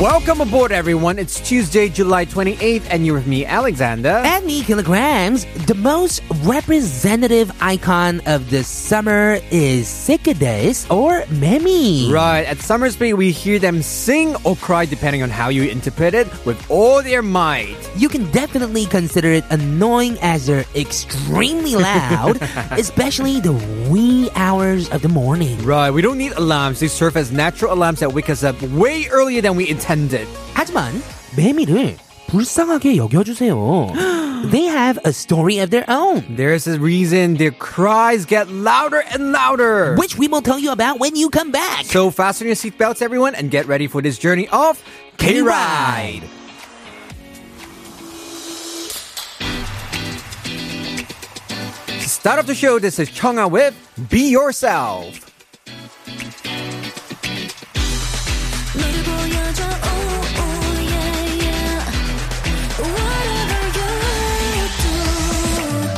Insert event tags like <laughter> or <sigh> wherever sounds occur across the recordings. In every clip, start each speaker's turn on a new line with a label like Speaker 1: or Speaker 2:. Speaker 1: Welcome aboard, everyone. It's Tuesday, July 28th, and you're with me, Alexander.
Speaker 2: And me, Kilograms, the most representative icon of the summer is Cicadas or Memi.
Speaker 1: Right, at Summersby, we hear them sing or cry, depending on how you interpret it, with all their might.
Speaker 2: You can definitely consider it annoying as they're extremely loud, especially the wee hours of the morning.
Speaker 1: Right, we don't need alarms. They serve as natural alarms that wake us up way earlier than we intended.
Speaker 2: 하지만 매미를 불쌍하게 여겨주세요. They have a story of their own,
Speaker 1: There's a reason their cries get louder and louder.
Speaker 2: which we will tell you about when you come back.
Speaker 1: So fasten your seatbelts, everyone, and get ready for this journey of K-Ride.
Speaker 2: K-Ride.
Speaker 1: Start off the show. This is Chonga with Be Yourself.
Speaker 3: 너를 보여줘 oh, oh, yeah, yeah. Whatever you do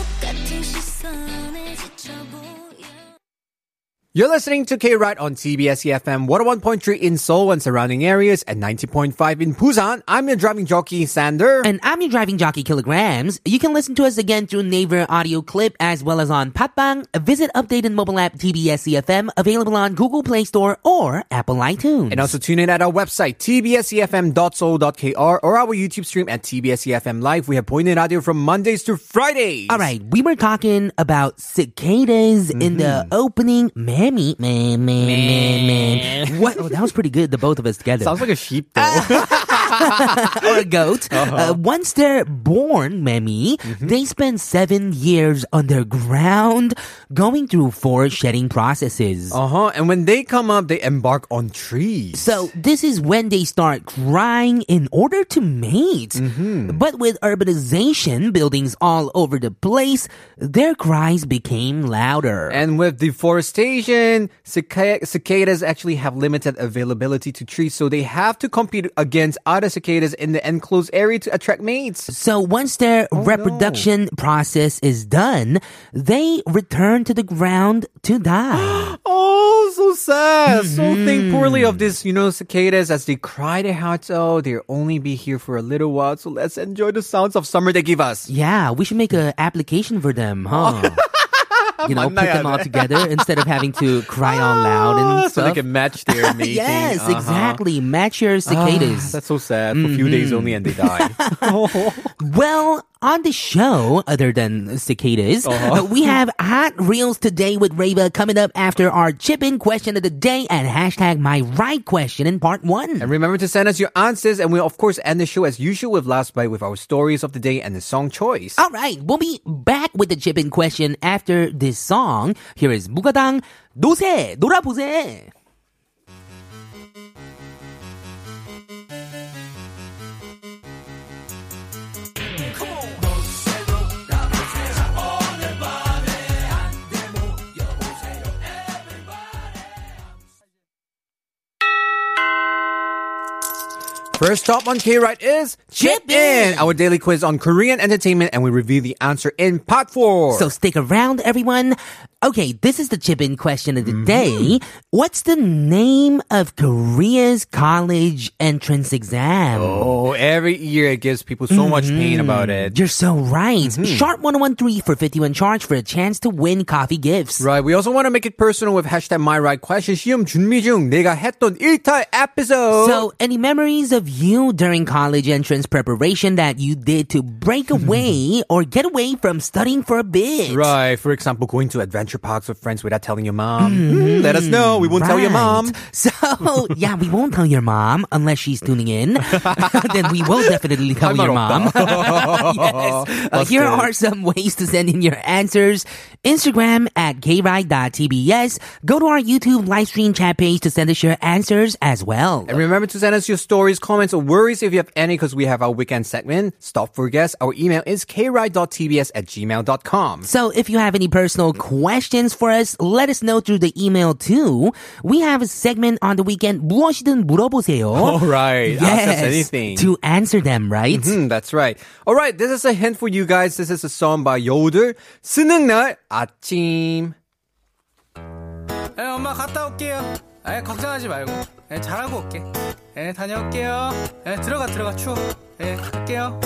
Speaker 3: 똑같은 시선에 지쳐보여
Speaker 1: You're listening to K-Ride on CBS EFM 101.3 in Seoul and surrounding areas and 90.5 in Busan. I'm your driving jockey, Sander.
Speaker 2: And I'm your driving jockey, Kilograms. You can listen to us again through Naver audio clip as well as on Patbang. Visit updated mobile app TBS EFM E available on Google Play Store or Apple iTunes.
Speaker 1: And also tune in at our website, E tbsefm.soul.kr or our YouTube stream at tbsefm E live. We have pointed audio from Mondays to Fridays.
Speaker 2: all right, we were talking about cicadas in
Speaker 1: Mm-hmm.
Speaker 2: the opening. Mammy, man, man, man, man. What? Oh, that was pretty good, the both of us together.
Speaker 1: Sounds like a sheep though.
Speaker 2: <laughs> Uh-huh. or a goat.
Speaker 1: <laughs> Uh-huh.
Speaker 2: Uh, once they're born, Mammy,
Speaker 1: Mm-hmm.
Speaker 2: they spend seven years underground going through four shedding processes.
Speaker 1: uh huh. And when they come up, they embark on trees.
Speaker 2: So this is when they start crying in order to mate.
Speaker 1: Mm-hmm.
Speaker 2: But with urbanization, buildings all over the place, their cries became louder.
Speaker 1: And with deforestation, cica- cicadas actually have limited availability to trees, so they have to compete against other cicadas in the enclosed area to attract mates.
Speaker 2: so once their
Speaker 1: Oh,
Speaker 2: reproduction process is done, they return to the ground
Speaker 1: <gasps>
Speaker 2: to die.
Speaker 1: Oh, so sad.
Speaker 2: Mm-hmm.
Speaker 1: So think poorly of this, you know, cicadas as they cry their hearts out. They'll only be here for a little while, so let's enjoy the sounds of summer they give us.
Speaker 2: yeah, we should make an application for them,
Speaker 1: <laughs>
Speaker 2: huh? you know, put them all together instead of having to cry all loud
Speaker 1: Ah, <laughs>
Speaker 2: and
Speaker 1: so they
Speaker 2: stuff.
Speaker 1: can match their mating.
Speaker 2: <laughs> yes,
Speaker 1: Uh-huh.
Speaker 2: exactly. Match your cicadas.
Speaker 1: Ah, That's so sad. For a few days only, and they die.
Speaker 2: Well, on the show, other than cicadas, uh, we have hot reels today with Rava coming up after our chip in question of the day and hashtag my right question in part
Speaker 1: <laughs>
Speaker 2: one.
Speaker 1: And remember to send us your answers, and we'll of course end the show as usual with Last Bite with our stories of the day and the song choice.
Speaker 2: All right, we'll be back with the chip in question after this song. Here is 무가당 노세 놀아보세.
Speaker 1: First stop on K Ride is Chip
Speaker 2: Chip
Speaker 1: In,
Speaker 2: In.
Speaker 1: our daily quiz on Korean entertainment, and we review the answer in part four.
Speaker 2: So stick around, everyone. Okay, this is the chip in question of the day. What's the name of Korea's college entrance exam?
Speaker 1: oh, every year it gives people so much pain about it.
Speaker 2: You're so right.
Speaker 1: Mm-hmm.
Speaker 2: Sharp 1013 for 51 charge for a chance to win coffee gifts.
Speaker 1: Right, we also want to make it personal with hashtag my right question. 시험 준비 중 내가 했던 일탈 episode.
Speaker 2: So, any memories of you during college entrance preparation that you did to
Speaker 1: <laughs>
Speaker 2: break away or get away from studying for a bit?
Speaker 1: Right, for example, going to adventure parks with friends without telling your mom. Mm, let us know. We won't tell your
Speaker 2: Right. <laughs>
Speaker 1: mom.
Speaker 2: So, yeah, we won't tell your mom unless she's tuning in. <laughs> then we will definitely tell
Speaker 1: 할
Speaker 2: your
Speaker 1: 말
Speaker 2: mom. <laughs>
Speaker 1: <laughs>
Speaker 2: yes. Uh, here
Speaker 1: Busted.
Speaker 2: are some ways to send in your answers. Instagram at kride.tbs. Go to our YouTube live stream chat page to send us your answers as well.
Speaker 1: And remember to send us your stories, comments, or worries if you have any, because we have our weekend segment. Stop for guests. Our email is kride.tbs at gmail.com.
Speaker 2: So if you have any personal questions for us, let us know through the email too. We have a segment on the weekend, 무엇이든 물어보세요.
Speaker 1: All <laughs> right. Ask us anything.
Speaker 2: To answer them, right?
Speaker 1: Hmm, that's right. All right, this is a hint for you guys. This is a song by Yodel. 쓰는 날 아침.
Speaker 4: 에, 엄마 갔다 올게요. 에, 걱정하지 말고. 에, 잘하고 올게. 에, 다녀올게요. 에, 들어가, 들어가, 추워. 에, 갈게요.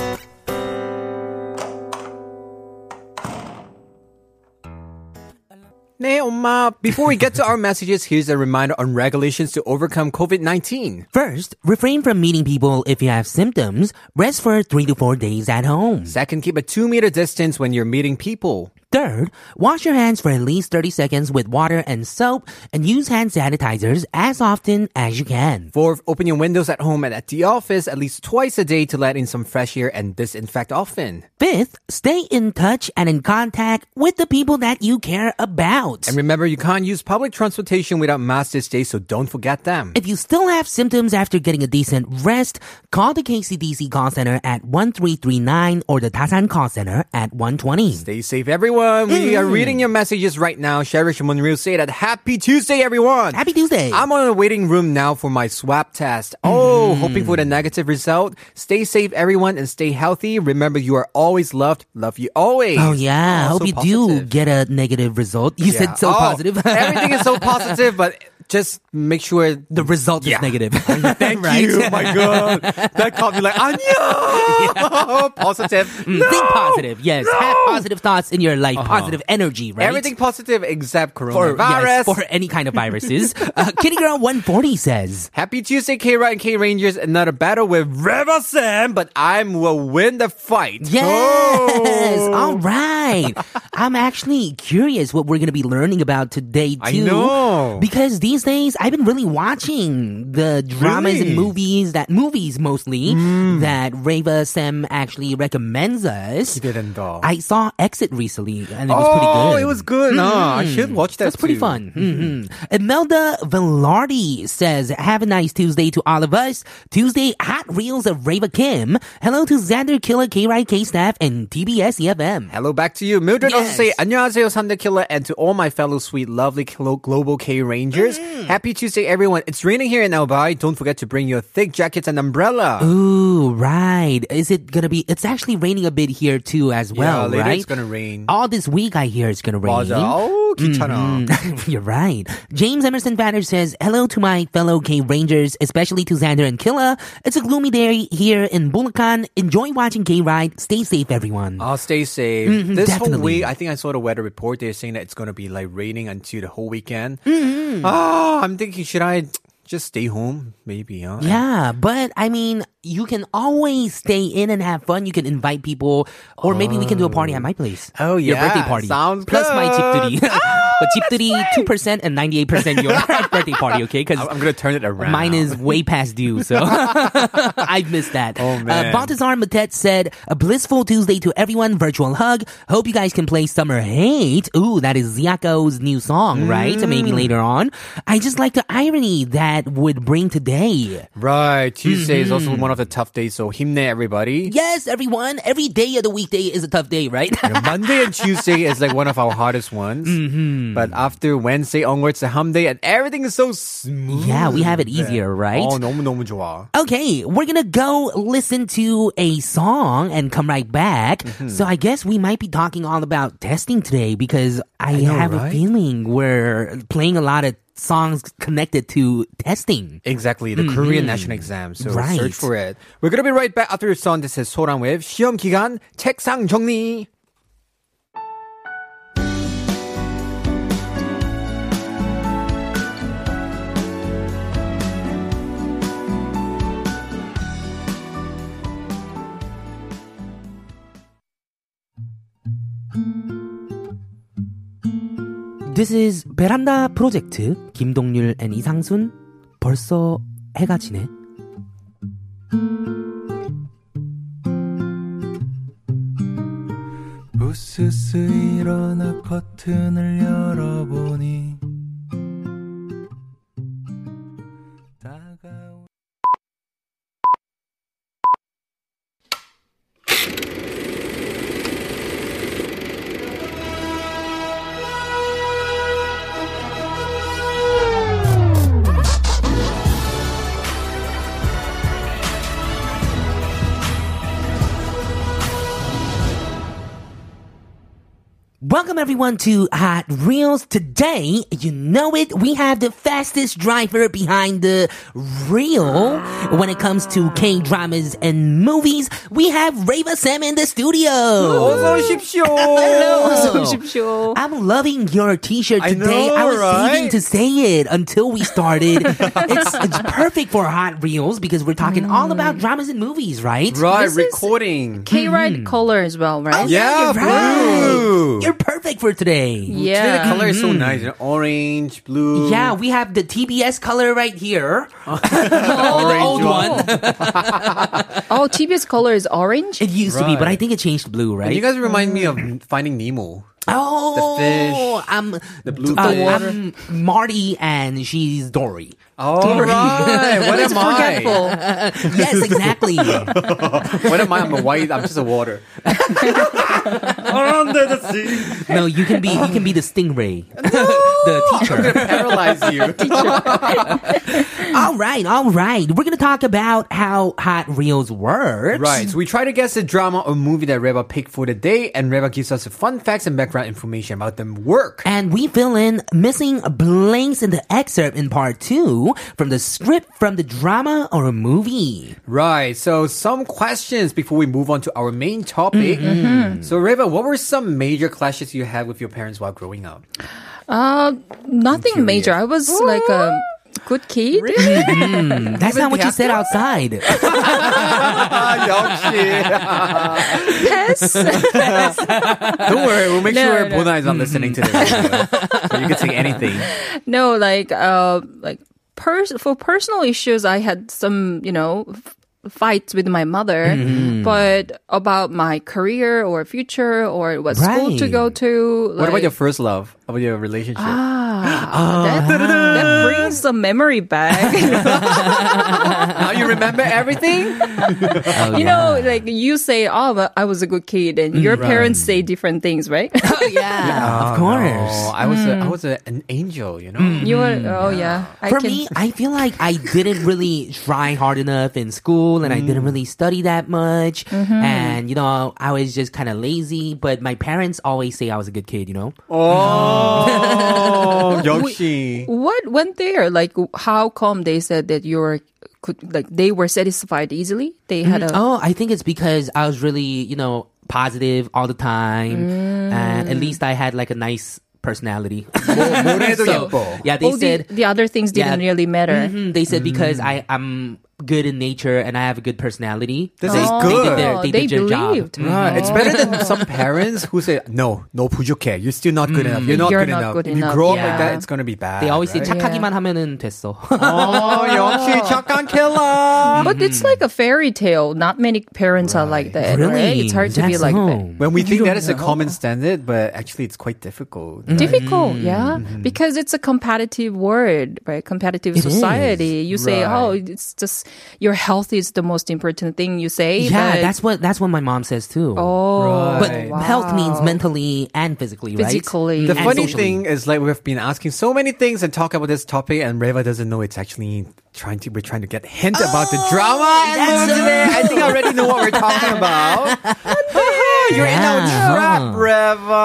Speaker 1: 네, 엄마. Before we get to our messages, here's a reminder on regulations to overcome COVID-19.
Speaker 2: First, refrain from meeting people if you have symptoms. Rest for three to four days at home.
Speaker 1: Second, keep a two meter distance when you're meeting people.
Speaker 2: Third, wash your hands for at least 30 seconds with water and soap and use hand sanitizers as often as you can.
Speaker 1: Fourth, open your windows at home and at the office at least twice a day to let in some fresh air and disinfect often.
Speaker 2: Fifth, stay in touch and in contact with the people that you care about.
Speaker 1: And remember, you can't use public transportation without masks this day, so don't forget them.
Speaker 2: If you still have symptoms after getting a decent rest, call the KCDC call center at 1339 or the Dasan call center at 120.
Speaker 1: Stay safe, everyone. We
Speaker 2: Mm.
Speaker 1: are reading your messages right now. Sherry Shimon say that happy Tuesday, everyone.
Speaker 2: Happy Tuesday!
Speaker 1: I'm on a waiting room now for my swab test. Oh,
Speaker 2: Mm.
Speaker 1: hoping for the negative result. Stay safe, everyone, and stay healthy. Remember, you are always loved. Love you always.
Speaker 2: oh yeah, I
Speaker 1: Oh,
Speaker 2: hope
Speaker 1: so
Speaker 2: you do
Speaker 1: positive.
Speaker 2: get a negative result. You
Speaker 1: Yeah.
Speaker 2: <laughs> said so
Speaker 1: Oh,
Speaker 2: positive.
Speaker 1: everything is so positive, but just make sure.
Speaker 2: the result
Speaker 1: Yeah.
Speaker 2: is negative.
Speaker 1: <laughs>
Speaker 2: <laughs>
Speaker 1: Thank you. My God, that caught me like Anya. <laughs> positive. No!
Speaker 2: Mm,
Speaker 1: Uh-huh.
Speaker 2: Think positive. Yes, have positive thoughts in your life. Positive energy. Right.
Speaker 1: Everything positive except
Speaker 2: for
Speaker 1: coronavirus.
Speaker 2: yes, for any kind of viruses.
Speaker 1: <laughs>
Speaker 2: uh, Kitty Girl 140 says.
Speaker 1: Happy Tuesday, K Rod and K Rangers. Another battle with River Sam, but I will win the fight.
Speaker 2: Yes.
Speaker 1: Oh.
Speaker 2: All right. I'm actually curious what we're going to be learning about today too.
Speaker 1: I know.
Speaker 2: Because these days I've been really watching the dramas
Speaker 1: Really? Hmm.
Speaker 2: and movies that movies mostly that Reva Sem actually recommends us.
Speaker 1: He didn't though.
Speaker 2: I saw Exit recently and it was pretty
Speaker 1: oh,
Speaker 2: good.
Speaker 1: it was good. Ah, I should watch that.
Speaker 2: That's pretty
Speaker 1: too. Mm-hmm.
Speaker 2: fun. hmm Imelda Velarde says, Have a nice Tuesday to all of us. Tuesday, hot reels of Rava Kim. Hello to Xander Killer, K staff, and TBS EFM.
Speaker 1: Hello back to you. Mildred also
Speaker 2: Yes.
Speaker 1: say 안녕하세요 Sunday Killer and to all my fellow sweet lovely Klo- Global K Rangers.
Speaker 2: Mm.
Speaker 1: Happy Tuesday everyone. It's raining here in Albay. Don't forget to bring your thick jackets and umbrella.
Speaker 2: Ooh, right. Is it gonna be? It's actually raining a bit here too, as well,
Speaker 1: later
Speaker 2: right?
Speaker 1: it's gonna rain. Oh,
Speaker 2: All this week, I hear it's gonna rain. Mm-hmm.
Speaker 1: 맞아. 어우, 귀찮아.
Speaker 2: <laughs> You're right. James Emerson Banner says, Hello to my fellow K Rangers, especially to Xander and Killa. It's a gloomy day here in Bulacan. Enjoy watching K Ride. Stay safe, everyone.
Speaker 1: I'll stay safe. this whole
Speaker 2: Mm-hmm, definitely.
Speaker 1: week, I think I saw the weather report. They're saying that it's going to be like raining until the whole weekend.
Speaker 2: Mm-hmm.
Speaker 1: Ah, I'm thinking, should I just stay home? Maybe, huh?
Speaker 2: yeah, but I mean, you can always stay in and have fun. You can invite people, or maybe we can do a party at my place.
Speaker 1: Oh,
Speaker 2: Your birthday
Speaker 1: yeah.
Speaker 2: party.
Speaker 1: Sounds
Speaker 2: Plus my
Speaker 1: good.
Speaker 2: chip <laughs> but chip 2% and
Speaker 1: <laughs>
Speaker 2: 98% your <laughs> birthday party, okay? Because
Speaker 1: I- I'm going to turn it around.
Speaker 2: Mine is way past due, so <laughs> I've missed that.
Speaker 1: Oh, man.
Speaker 2: Uh, Baltazar Matet said, "A blissful Tuesday to everyone. Virtual hug. Hope you guys can play Summer Hate. Ooh, that is Ziako's new song, right? Maybe
Speaker 1: Mm.
Speaker 2: later on. I just like the irony that would bring today.
Speaker 1: Right. Tuesday is also
Speaker 2: Mm-hmm.
Speaker 1: one of the tough days, so himne everybody.
Speaker 2: Yes, everyone. Every day of the weekday is a tough day, right?
Speaker 1: Monday and Tuesday is like one of our hardest ones.
Speaker 2: Mm-hmm.
Speaker 1: But after Wednesday onwards, the hum day, and everything is so smooth.
Speaker 2: <laughs> yeah, we have it easier, right?
Speaker 1: Oh, 너무 너무 좋아.
Speaker 2: Okay, we're gonna go listen to a song and come right back. So I guess we might be talking all about testing today because I, have a
Speaker 1: right?
Speaker 2: feeling we're playing a lot of songs connected to testing.
Speaker 1: Exactly, the Korean national exam. So
Speaker 2: Mm-hmm. Right.
Speaker 1: search for it. We're gonna be right back after your song. This is Soran with 시험 기간 책상 정리.
Speaker 2: This is 베란다 프로젝트 김동률 and 이상순 벌써 해가 지네.
Speaker 5: 부스스 일어나 커튼을 열어보니 다가오
Speaker 2: Welcome everyone to Hot Reels. Today, you know it, we have the fastest driver behind the reel when it comes to K dramas and movies. We have Reva Sam in the studio.
Speaker 1: 어서 오십시오.
Speaker 2: Hello.
Speaker 1: 어서 오십시오.
Speaker 2: I'm loving your t-shirt
Speaker 1: I
Speaker 2: today.
Speaker 1: know,
Speaker 2: I was
Speaker 1: right?
Speaker 2: saving to say it until we
Speaker 1: <laughs>
Speaker 2: started. it's, it's perfect for hot reels because we're talking all about dramas and movies, right?
Speaker 1: Mm. Right,
Speaker 6: This is-
Speaker 1: recording.
Speaker 6: K Ride color as well, right?
Speaker 1: Oh, yeah,
Speaker 2: you're right.
Speaker 1: blue.
Speaker 2: You're perfect for today.
Speaker 1: Today the
Speaker 6: yeah.
Speaker 1: color is so nice. you know, Orange, blue.
Speaker 2: Mm-hmm. Yeah, we have the TBS color right here.
Speaker 1: orange
Speaker 2: old one.
Speaker 6: Oh, TBS color is orange.
Speaker 2: It used to be, but
Speaker 1: Right.
Speaker 2: I think it changed blue, right?
Speaker 1: You guys remind me of Finding Nemo.
Speaker 2: oh,
Speaker 1: fish,
Speaker 2: I'm
Speaker 1: the blue
Speaker 2: uh,
Speaker 1: fish.
Speaker 2: I'm Marty, and she's Dory.
Speaker 1: All Oh, right. What
Speaker 6: It's
Speaker 1: am I?
Speaker 6: forgetful.
Speaker 2: <laughs> Yes, exactly.
Speaker 1: What am I? I'm a white. I'm just a water. Under the sea.
Speaker 2: no, you can be you can be the stingray,
Speaker 1: <laughs>
Speaker 2: the teacher.
Speaker 1: Paralyze you.
Speaker 2: All right, all right. We're gonna talk about how hot reels works.
Speaker 1: Right. So we try to guess the drama or movie that Reba picked for the day, and Reba gives us fun facts and background information about them work.
Speaker 2: And we fill in missing blanks in the excerpt in part two from the script from the drama or movie.
Speaker 1: Right. So some questions before we move on to our main topic.
Speaker 6: Mm-hmm.
Speaker 1: So Reba, what were some major clashes you had with your parents while growing up?
Speaker 6: Uh, nothing major. I was like a good kid.
Speaker 1: Mm-hmm.
Speaker 2: That's not what you
Speaker 1: <laughs>
Speaker 2: said outside.
Speaker 6: <laughs> Yes. <laughs>
Speaker 1: Don't worry, we'll make
Speaker 6: No,
Speaker 1: sure
Speaker 6: no. Mm-hmm.
Speaker 1: Bona is not listening to this. video. so you can say anything.
Speaker 6: no, like uh, like pers- for personal issues, I had some, you know. F- fights with my mother
Speaker 1: Mm-hmm.
Speaker 6: but about my career or future or what school to
Speaker 2: Right.
Speaker 6: go to
Speaker 1: What about
Speaker 6: like- Ah.
Speaker 1: your first love? About your relationship?
Speaker 6: that, that brings the memory <laughs> back
Speaker 1: now you remember everything?
Speaker 6: you know,
Speaker 2: Uh-huh.
Speaker 6: like you say, oh, but I was a good kid,
Speaker 2: Mm,
Speaker 6: and your parents say different things,
Speaker 2: <laughs>
Speaker 6: right? <laughs>
Speaker 2: of course.
Speaker 1: Oh, I was a, I was a, an angel, you know.
Speaker 6: you were,
Speaker 2: Mm,
Speaker 6: oh yeah. I
Speaker 2: For me, I feel like I didn't really try hard enough in school and I didn't
Speaker 6: Mm.
Speaker 2: really study that much.
Speaker 6: Mm-hmm.
Speaker 2: And, you know, I was just kind of lazy, but my parents always say I was a good kid, you know?
Speaker 1: <laughs> Oh, 역시.
Speaker 6: what went there? Like, how come they said that you were could like they were satisfied easily? They had a
Speaker 2: Oh, I think it's because I was really, you know, positive all the time. And
Speaker 6: Mm.
Speaker 2: at least I had like a nice
Speaker 6: <laughs>
Speaker 2: personality.
Speaker 1: 모래도 예뻐.
Speaker 2: yeah, they
Speaker 6: all the,
Speaker 2: said.
Speaker 6: the other things didn't
Speaker 2: Yeah.
Speaker 6: really matter.
Speaker 2: Mhm, they said because
Speaker 6: Mm.
Speaker 2: I, I'm good in nature and I have a good personality.
Speaker 1: This
Speaker 2: they,
Speaker 1: is
Speaker 2: They
Speaker 1: good.
Speaker 2: did their, they
Speaker 6: They
Speaker 2: did their job. Mm-hmm.
Speaker 6: believed.
Speaker 1: Right. It's better than some parents who say, no, no, 부족해. You're still not good enough. You're not
Speaker 6: You're
Speaker 1: good
Speaker 6: not
Speaker 1: enough.
Speaker 6: good
Speaker 1: if you
Speaker 6: enough.
Speaker 1: grow up like
Speaker 6: Yeah.
Speaker 1: that, it's going to be bad.
Speaker 2: They always
Speaker 1: right?
Speaker 2: say
Speaker 6: right?
Speaker 2: 착하기만 하면은
Speaker 1: <laughs>
Speaker 2: 됐어.
Speaker 6: <laughs>
Speaker 1: oh, 역시 착한 킬러.
Speaker 6: But it's
Speaker 2: Mm-hmm.
Speaker 6: like a fairy tale. Not many parents are like that. Right? It's hard to be
Speaker 2: That's-
Speaker 6: like
Speaker 2: oh.
Speaker 6: that.
Speaker 1: When we think that is a common standard, but actually it's quite difficult.
Speaker 2: Mm-hmm.
Speaker 6: Mm. difficult yeah because it's a competitive world right competitive
Speaker 2: It
Speaker 6: society you say
Speaker 1: Right.
Speaker 6: oh it's just your health is the most important thing you say
Speaker 2: Yeah,
Speaker 6: but-
Speaker 2: that's what that's what my mom says too.
Speaker 6: oh
Speaker 2: but
Speaker 1: Right.
Speaker 2: health means mentally and physically, right?
Speaker 6: Physically.
Speaker 1: The
Speaker 6: And
Speaker 1: funny
Speaker 2: socially.
Speaker 1: thing is, like we've been asking so many things and talk about this topic, and Reva doesn't know it's actually trying to. We're trying to get a hint about
Speaker 6: Oh,
Speaker 1: the drama. And
Speaker 2: that's
Speaker 1: movie today, I think I already know what we're
Speaker 6: <laughs>
Speaker 1: talking about. You're in
Speaker 2: Yeah.
Speaker 1: our trap, Reva.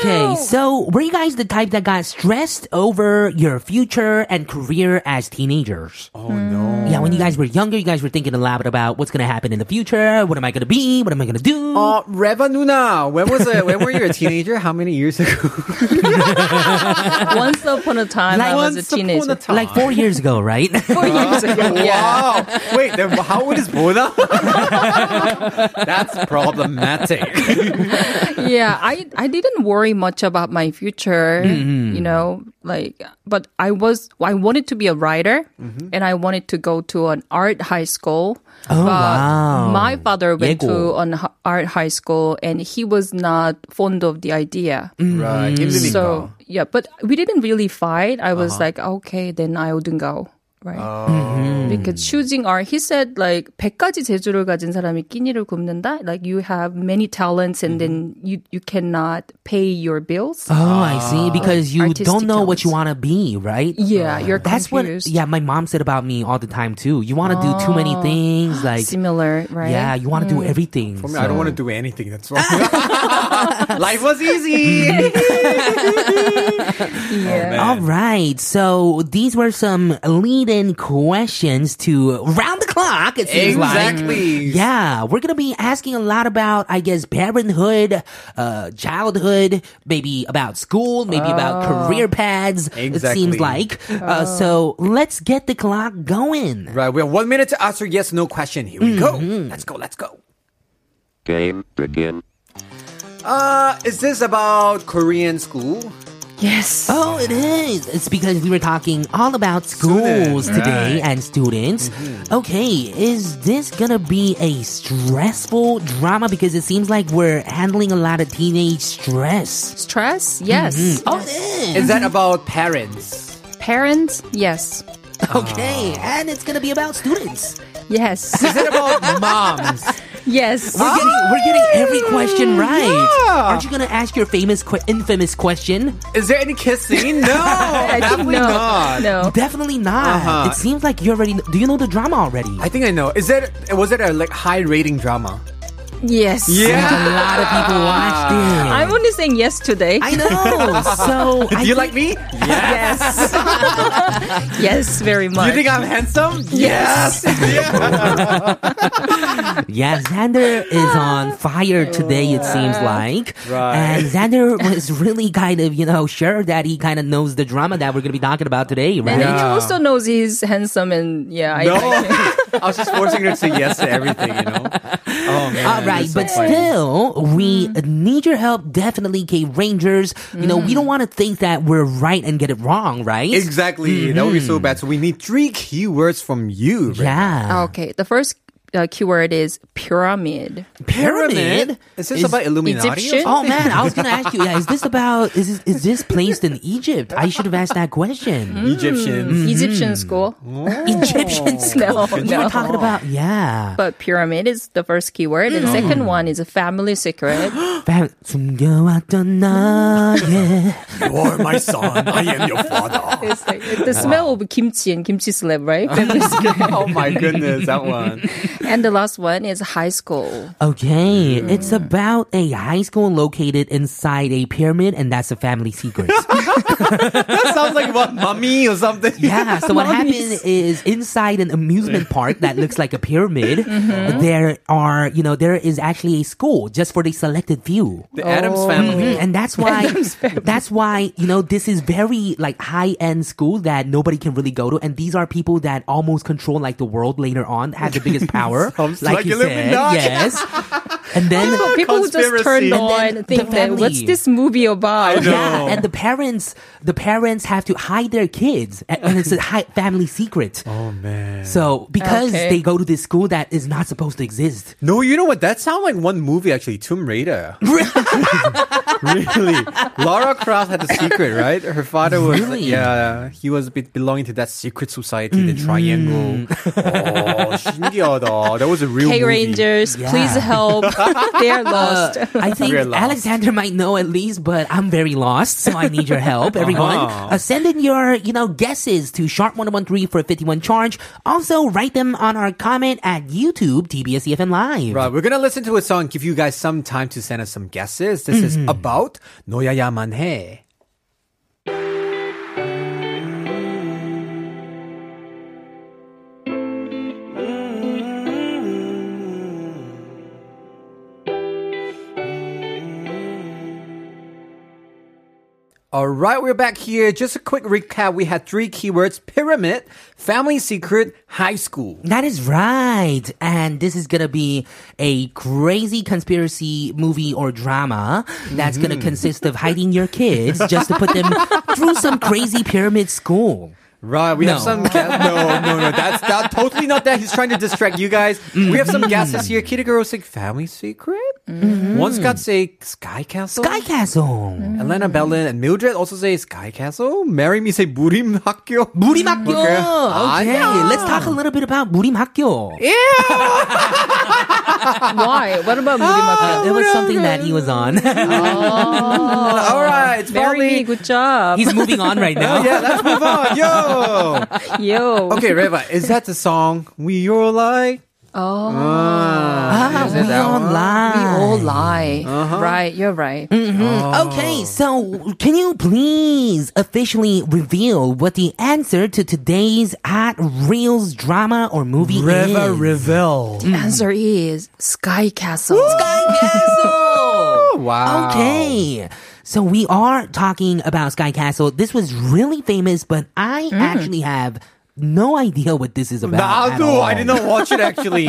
Speaker 2: Okay, so were you guys the type that got stressed over your future and career as teenagers?
Speaker 1: Oh no.
Speaker 2: Yeah, when you guys were younger, you guys were thinking a lot about what's gonna happen in the future. What am I gonna be? What am I gonna do?
Speaker 1: Uh, Reva Nuna, when was it? When were <laughs> you a teenager? How many years <laughs> ago?
Speaker 6: <laughs> once upon a time i was a teenager
Speaker 2: like four years ago, right?
Speaker 6: <laughs> four years ago
Speaker 1: <laughs>
Speaker 6: yeah
Speaker 1: Wow. Wait, then how old is Bona? <laughs> That's <laughs> problematic.
Speaker 6: yeah i i didn't worry much about my future
Speaker 2: Mm-hmm.
Speaker 6: you know like but i was i wanted to be a writer and i wanted to go to an art high school
Speaker 2: Mm-hmm. Oh,
Speaker 6: but
Speaker 2: wow.
Speaker 6: my father went
Speaker 2: 예고.
Speaker 6: to an h- art high school and he was not fond of the idea
Speaker 2: Mm-hmm.
Speaker 1: right. 힘드니까.
Speaker 2: Uh-huh.
Speaker 6: so yeah but we didn't really fight i was like okay then i wouldn't go right? Because
Speaker 1: Hmm.
Speaker 6: choosing art, he said like 100가지 재주를 가진 사람이 끼니를 굽는다. Like you have many talents and then
Speaker 1: Mm-hmm.
Speaker 6: you you cannot pay your bills.
Speaker 1: Ah.
Speaker 2: Oh, I see. Because you
Speaker 6: Ah. Artistic
Speaker 2: don't know what you want
Speaker 6: talents.
Speaker 2: to be, right?
Speaker 6: Yeah, you're
Speaker 2: That's what.
Speaker 6: confused.
Speaker 2: Yeah, my mom said about me all the time too. You want to do too many things, like
Speaker 6: Similar, Ah. right?
Speaker 2: yeah, you want to do everything.
Speaker 1: For me, I don't want to do anything. That's why <laughs> life was easy. Oh,
Speaker 6: yeah.
Speaker 2: All right, so these were some lead-in questions to round the clock. It seems like.
Speaker 1: exactly.
Speaker 2: Yeah, we're gonna be asking a lot about, I guess, parenthood, uh, childhood, maybe about school, maybe
Speaker 6: Oh.
Speaker 2: about career paths. It
Speaker 1: Exactly.
Speaker 2: seems like. Uh, so let's get the clock going.
Speaker 1: Right, we have one minute to answer yes, no question. Here we go. Let's go, let's go.
Speaker 7: Game begin.
Speaker 1: Uh, is this about Korean school?
Speaker 6: Yes.
Speaker 2: Oh, it is. It's because we were talking all about schools today and students.
Speaker 1: Mm-hmm.
Speaker 2: Okay, is this gonna be a stressful drama? Because it seems like we're handling a lot of teenage stress.
Speaker 6: Stress? Yes.
Speaker 1: Mm-hmm.
Speaker 2: Oh, it is.
Speaker 1: Is that about parents?
Speaker 6: Parents? Yes.
Speaker 1: Ah.
Speaker 2: Okay, and it's gonna be about students.
Speaker 6: Yes. <laughs>
Speaker 1: Is it about moms?
Speaker 6: yes.
Speaker 1: Ah.
Speaker 2: We're getting we're getting every question right. Aren't you gonna ask your famous, que- infamous question?
Speaker 1: Is there any kissing? No,
Speaker 6: I think
Speaker 1: definitely
Speaker 6: no.
Speaker 1: not.
Speaker 6: No.
Speaker 2: Definitely not.
Speaker 1: Uh-huh.
Speaker 2: It seems like you already. Do you know the drama already?
Speaker 1: I think I know. Is it was it a like high rating drama?
Speaker 6: Yes.
Speaker 2: a lot of people watched it.
Speaker 6: I'm only saying yes today.
Speaker 1: <laughs>
Speaker 2: I know. So I
Speaker 1: Ah. Do you
Speaker 2: think-
Speaker 1: like me? Yeah.
Speaker 6: yes. yes, very much.
Speaker 1: You think I'm handsome?
Speaker 6: Yes.
Speaker 2: Yeah, Xander
Speaker 1: <laughs>
Speaker 2: is on fire today. It seems like,
Speaker 1: Right. <laughs>
Speaker 2: and Xander was really kind of you know sure that he kind of knows the drama that we're gonna be talking about today, right?
Speaker 6: And he also knows he's handsome and yeah. I-
Speaker 1: No. <laughs> I was just forcing her to say yes to everything, you know. Oh man.
Speaker 2: All right,
Speaker 1: you're so
Speaker 2: but
Speaker 1: funny.
Speaker 2: still, we
Speaker 1: Mm-hmm.
Speaker 2: need your help, definitely, K Rangers. You know, we don't want to think that we're right and get it wrong, right?
Speaker 1: Exactly. That would be so bad. So we need three keywords from you. right?
Speaker 2: Yeah.
Speaker 6: Ah, okay. The first uh, keyword is pyramid.
Speaker 2: Pyramid?
Speaker 1: Is this about Illuminati? or
Speaker 6: Egyptian?
Speaker 1: something?
Speaker 2: Oh man, I was gonna ask you. Yeah, is this about is this, is this placed in Egypt? I should have asked that
Speaker 1: <laughs> Oh,
Speaker 2: question.
Speaker 6: Mm.
Speaker 1: Egyptians.
Speaker 6: Egyptian school.
Speaker 2: Egyptian
Speaker 6: No,
Speaker 2: school. You
Speaker 6: no.
Speaker 2: were talking about yeah.
Speaker 6: But pyramid is the first keyword, and second one is a family secret.
Speaker 2: Fam- 숨겨왔던 나의
Speaker 1: You are my son. I am your
Speaker 6: <laughs>
Speaker 1: father.
Speaker 6: it's like the smell of kimchi and kimchi slab, right? Family secret.
Speaker 1: oh my goodness, that one.
Speaker 6: and the last one is high school.
Speaker 2: Okay, it's about a high school located inside a pyramid, and that's a family secret.
Speaker 1: That sounds like what <laughs> mummy or something.
Speaker 2: Yeah, so what happened is inside an amusement park that looks like a pyramid, there are, you know, there is actually a school just for the selected few.
Speaker 1: The Adams family.
Speaker 2: Mhm, And
Speaker 1: <laughs>
Speaker 2: that's why, that's why, you know, this is very like high end school that nobody can really go to. And these are people that almost control like the world later on, have the
Speaker 1: <laughs>
Speaker 2: biggest power.
Speaker 1: Sounds like
Speaker 2: you said.
Speaker 1: Illuminati. Oh,
Speaker 2: Yes. And
Speaker 1: <laughs>
Speaker 2: then,
Speaker 6: People who just turned
Speaker 1: Conspiracy.
Speaker 6: on
Speaker 2: And then
Speaker 6: think
Speaker 2: the
Speaker 6: that what's
Speaker 2: family.
Speaker 6: this movie about?
Speaker 2: yeah, and the parents, the parents have to hide their kids, and, and
Speaker 1: <laughs>
Speaker 2: it's a hi- family secret.
Speaker 1: Oh man.
Speaker 2: So because
Speaker 6: Okay.
Speaker 2: they go to this school that is not supposed to exist.
Speaker 1: No, you know what? That sounds like one movie actually, Tomb <laughs> Raider. really, Lara Croft had a secret, right? Her father was
Speaker 2: Really?
Speaker 1: yeah, he was be- belonging to that secret society,
Speaker 2: Mm-hmm.
Speaker 1: the
Speaker 2: <laughs>
Speaker 1: Triangle. oh, 신기하다. That was a real
Speaker 6: K
Speaker 1: movie.
Speaker 6: Rangers,
Speaker 2: Yeah. Uh,
Speaker 6: please help. They're lost.
Speaker 1: <laughs>
Speaker 2: I think
Speaker 1: We're lost.
Speaker 2: Alexander might know at least, but I'm very lost, so I need your
Speaker 1: <laughs>
Speaker 2: help, everyone.
Speaker 1: Uh-huh.
Speaker 2: Uh, send in your, you know, guesses to sharp1013 for a 51 charge. Also, write them on our comment at YouTube, TBS EFM E Live.
Speaker 1: Right, we're gonna listen to a song. Give you guys some time to send us some guesses. This is about 노야야만 해. All right, we're back here. Just a quick recap. We had three keywords: pyramid, family secret, high school.
Speaker 2: That is right. And this is going to be a crazy conspiracy movie or drama that's
Speaker 1: Mm-hmm.
Speaker 2: going to consist of hiding your kids just to put
Speaker 1: <laughs>
Speaker 2: them through some crazy pyramid school.
Speaker 1: Right, we have
Speaker 2: No.
Speaker 1: some. Ga-
Speaker 2: <laughs>
Speaker 1: no, no, no. That's
Speaker 2: Mm-hmm.
Speaker 1: that, totally not that. He's trying to distract you guys. We have some guesses here. Kitty Girl Sick Family Secret? One Scot say Sky Castle.
Speaker 2: Sky Castle.
Speaker 1: Elena Bellin and Mildred also say Sky Castle. Marry me say 무림 학교.
Speaker 2: 무림학교.
Speaker 1: Okay. 아,
Speaker 2: Okay,
Speaker 1: yeah.
Speaker 2: let's talk a little bit about 무림학교.
Speaker 6: <laughs> Why? What about
Speaker 2: Uh,
Speaker 6: 무리마카?
Speaker 2: it was something that he was on.
Speaker 1: All right, it's
Speaker 6: Marry me.
Speaker 1: probably-
Speaker 6: Good
Speaker 2: <laughs>
Speaker 6: job.
Speaker 2: He's moving on right now.
Speaker 1: Yeah, let's move on. Yo.
Speaker 6: Yo.
Speaker 1: <laughs> Okay, Reva, is that the song We All Lie?
Speaker 6: Oh,
Speaker 1: Ah,
Speaker 2: Ah,
Speaker 1: is
Speaker 2: we
Speaker 1: it that one?
Speaker 2: all lie.
Speaker 6: we all lie. Right. You're right.
Speaker 2: Okay, so can you please officially reveal what the answer to today's at reels drama or movie
Speaker 5: Reva
Speaker 2: is?
Speaker 5: Revel.
Speaker 6: Answer is Sky Castle.
Speaker 1: Oh, wow.
Speaker 2: Okay. So we are talking about Sky Castle. This was really famous, but I actually have no idea what this is about. at
Speaker 1: Nadu,
Speaker 2: all.
Speaker 1: I did not watch <laughs> it actually.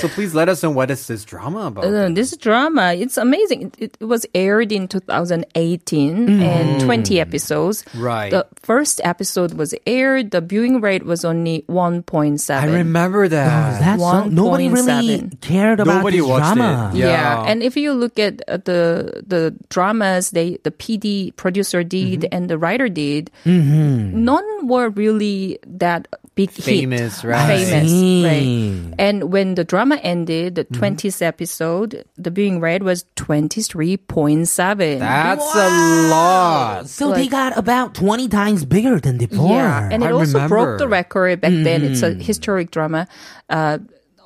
Speaker 1: so please let us know what is this drama about.
Speaker 6: Uh, this drama it's amazing it, it was aired in 2018 and 20 episodes
Speaker 1: Mm. Right.
Speaker 6: the first episode was aired the viewing rate was only 1.7
Speaker 1: I remember that.
Speaker 2: That's so, nobody really
Speaker 6: 1.7.
Speaker 2: cared about
Speaker 1: Nobody
Speaker 2: this
Speaker 1: watched
Speaker 2: drama.
Speaker 1: it. Yeah.
Speaker 6: yeah. and if you look at uh, the the dramas they the PD producer did
Speaker 1: Mm-hmm.
Speaker 6: and the writer did, none were really that big hit.
Speaker 1: Famous, right.
Speaker 6: Famous,
Speaker 2: see.
Speaker 6: right? And when the drama ended, the
Speaker 1: Mm-hmm.
Speaker 6: 20th episode, the viewing rate was twenty three point seven.
Speaker 1: That's a lot.
Speaker 2: So they got about 20 times bigger than before.
Speaker 6: Yeah, and it
Speaker 1: I
Speaker 6: also broke the
Speaker 1: remember.
Speaker 6: record back then. It's
Speaker 2: Mm-hmm.
Speaker 6: a historic drama. Uh,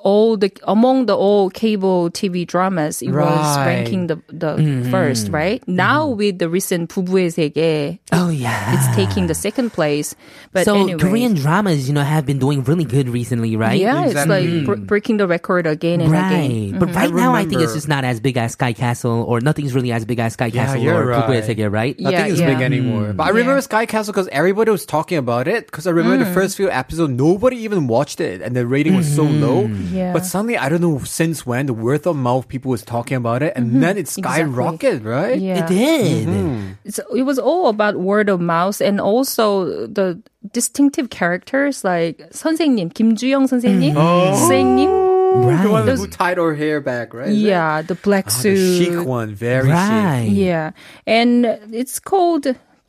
Speaker 6: all the among the old cable TV dramas, it was
Speaker 1: Right.
Speaker 6: ranking the the
Speaker 2: Mm-hmm.
Speaker 6: first, right? Now with the recent 부부의 세계,
Speaker 2: oh, yeah.
Speaker 6: it's taking the second place. But
Speaker 2: so
Speaker 6: anyway,
Speaker 2: Korean dramas, you know, have been doing really good recently, right?
Speaker 6: yeah, it's like br- breaking the record again and Mm-hmm. again.
Speaker 2: Right, but right now I think
Speaker 1: remember.
Speaker 2: it's just not as big as Sky Castle, or nothing's really as big as Sky Castle
Speaker 1: you're
Speaker 2: or
Speaker 1: right.
Speaker 2: Kukuya Sege, right?
Speaker 6: Yeah,
Speaker 1: Nothing is
Speaker 6: yeah. Mm,
Speaker 1: big anymore. But I remember Sky Castle because everybody was talking about it. Because I remember the first few episodes, nobody even watched it, and the rating was so low.
Speaker 6: Yeah.
Speaker 1: But suddenly, I don't know since when the word of mouth people was talking about it, and then it skyrocketed, right?
Speaker 6: Mm-hmm. Yeah.
Speaker 2: It did.
Speaker 1: Mm-hmm.
Speaker 6: it's, it was all about word of mouth and also the distinctive characters like 선생님, 김주영 선생님, 선생님.
Speaker 1: The
Speaker 2: Mm-hmm. Oh. Right.
Speaker 1: one who tied her hair back, right? Is it? Ah,
Speaker 6: Yeah, the black
Speaker 1: The
Speaker 6: suit.
Speaker 1: chic one, very
Speaker 2: right.
Speaker 6: Yeah, and it's called.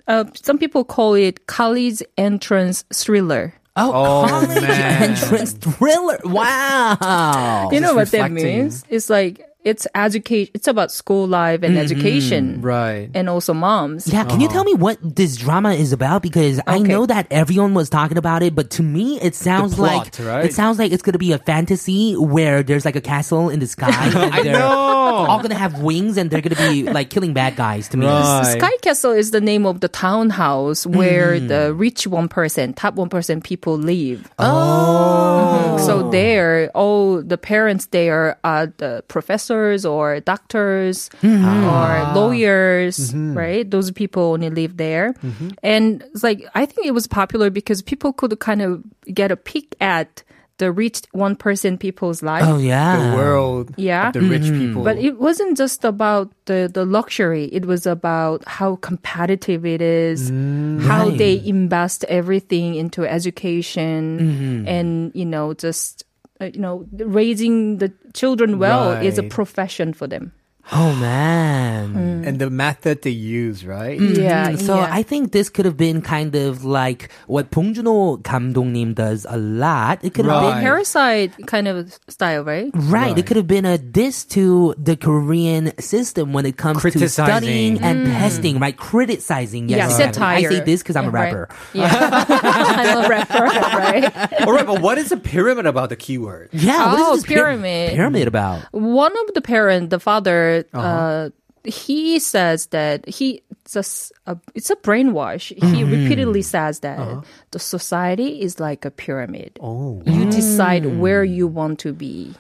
Speaker 6: Uh, some people call it college entrance thriller.
Speaker 2: Oh,
Speaker 1: Oh,
Speaker 2: college
Speaker 1: man.
Speaker 2: <laughs> entrance thriller. Wow.
Speaker 6: you know what
Speaker 1: just
Speaker 6: that
Speaker 1: Oh, reflecting.
Speaker 6: means? It's like it's education. It's about school life and
Speaker 1: chic. Mm-hmm.
Speaker 6: education,
Speaker 1: Right.
Speaker 6: And also moms.
Speaker 2: Yeah, can you
Speaker 1: Uh-huh.
Speaker 2: tell me what this drama is about? Because I
Speaker 6: Okay.
Speaker 2: know that everyone was talking about it, but to me, it sounds
Speaker 1: plot,
Speaker 2: like
Speaker 1: right?
Speaker 2: it sounds like it's gonna be a fantasy where there's like a castle in
Speaker 1: <laughs>
Speaker 2: the sky, and they're all gonna have wings, and they're gonna be like killing bad guys. To me,
Speaker 1: Right.
Speaker 6: Sky Castle is the name of the townhouse where the rich one percent, top one percent people live. Oh, so there, all the parents there are the professors or doctors or lawyers, right? Those people only live there, and it's like I think it was popular because people could kind of get a peek at the rich one percent people's life.
Speaker 2: oh yeah,
Speaker 1: the world of
Speaker 6: Yeah.
Speaker 1: the rich people.
Speaker 6: But it wasn't just about the, the luxury. It was about how competitive it is,
Speaker 1: Mm.
Speaker 6: how they invest everything into
Speaker 1: Mm-hmm.
Speaker 6: education, and you know, just uh, you know, raising the children well is a
Speaker 1: Right.
Speaker 6: profession for them.
Speaker 2: oh man.
Speaker 1: and the method they use, right?
Speaker 6: Mm. Yeah.
Speaker 2: Mm-hmm. So I think this could have been kind of like what Bong Joon-ho 감독님 does a lot. It could have
Speaker 1: Right.
Speaker 2: been
Speaker 6: parasite kind of style, right?
Speaker 2: Right. It could have been a diss to the Korean system when it comes to
Speaker 1: Criticizing.
Speaker 2: studying and testing, right? Criticizing. Yes,
Speaker 6: Mm. Yeah,
Speaker 2: exactly. I say
Speaker 6: satire.
Speaker 2: this because I'm a
Speaker 6: Yeah, right.
Speaker 2: rapper.
Speaker 6: Yeah, <laughs> I'm a rapper, <laughs> right?
Speaker 2: <laughs>
Speaker 1: All right, but what is the pyramid about the keyword?
Speaker 2: Yeah. what is
Speaker 6: Oh,
Speaker 2: this pyra-
Speaker 6: pyramid.
Speaker 2: pyramid about?
Speaker 6: one of the parent, the father, uh he says that he it's a, s- a- it's a brainwash. He repeatedly says that the society is like a pyramid. You decide where you want to be,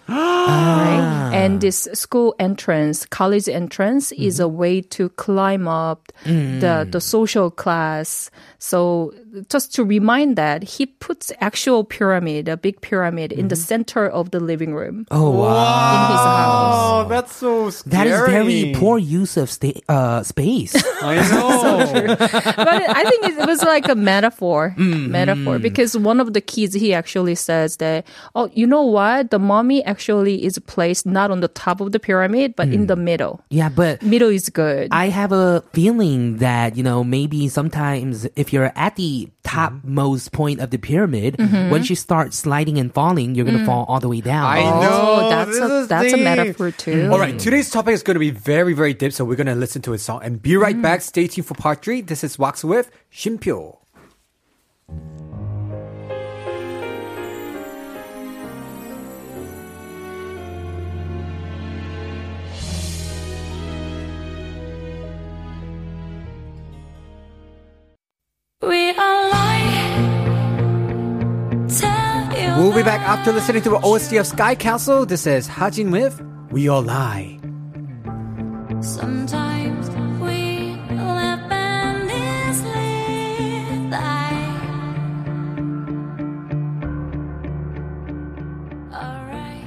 Speaker 6: right? And this school entrance, college entrance, is a way to climb up the the social class. So just to remind that he puts actual pyramid, a big pyramid, in the center of the living room
Speaker 2: Oh wow.
Speaker 6: in his house.
Speaker 1: Oh, that's so
Speaker 2: That
Speaker 1: scary.
Speaker 2: is very poor use of sta- uh,
Speaker 6: <laughs>
Speaker 2: space.
Speaker 1: I know.
Speaker 6: <laughs> But I think it was like a metaphor,
Speaker 1: Mm-hmm.
Speaker 6: metaphor because one of the kids he actually says that, oh, you know what, the mommy actually usually is placed not on the top of the pyramid, but
Speaker 1: Mm.
Speaker 6: in the middle.
Speaker 2: Yeah, but
Speaker 6: Middle is good.
Speaker 2: I have a feeling that, you know, maybe sometimes if you're at the topmost point of the pyramid,
Speaker 6: Mm-hmm.
Speaker 2: once you start sliding and falling, you're going
Speaker 6: Mm.
Speaker 2: to fall all the way down.
Speaker 1: I know.
Speaker 6: oh, that's
Speaker 1: this
Speaker 6: a
Speaker 1: is
Speaker 6: that's
Speaker 1: deep. Mm-hmm.
Speaker 6: a metaphor too.
Speaker 1: All right, today's topic is going to be very, very deep, so we're going to listen to a song and be
Speaker 6: Mm.
Speaker 1: right back. Stay tuned for part three. This is Wax with Shimpyo.
Speaker 3: We are light. Tell you
Speaker 1: We'll be back after listening to the OST of Sky Castle. This is Hajin with We All Lie.
Speaker 3: Sometimes we live and is lived life. Alright.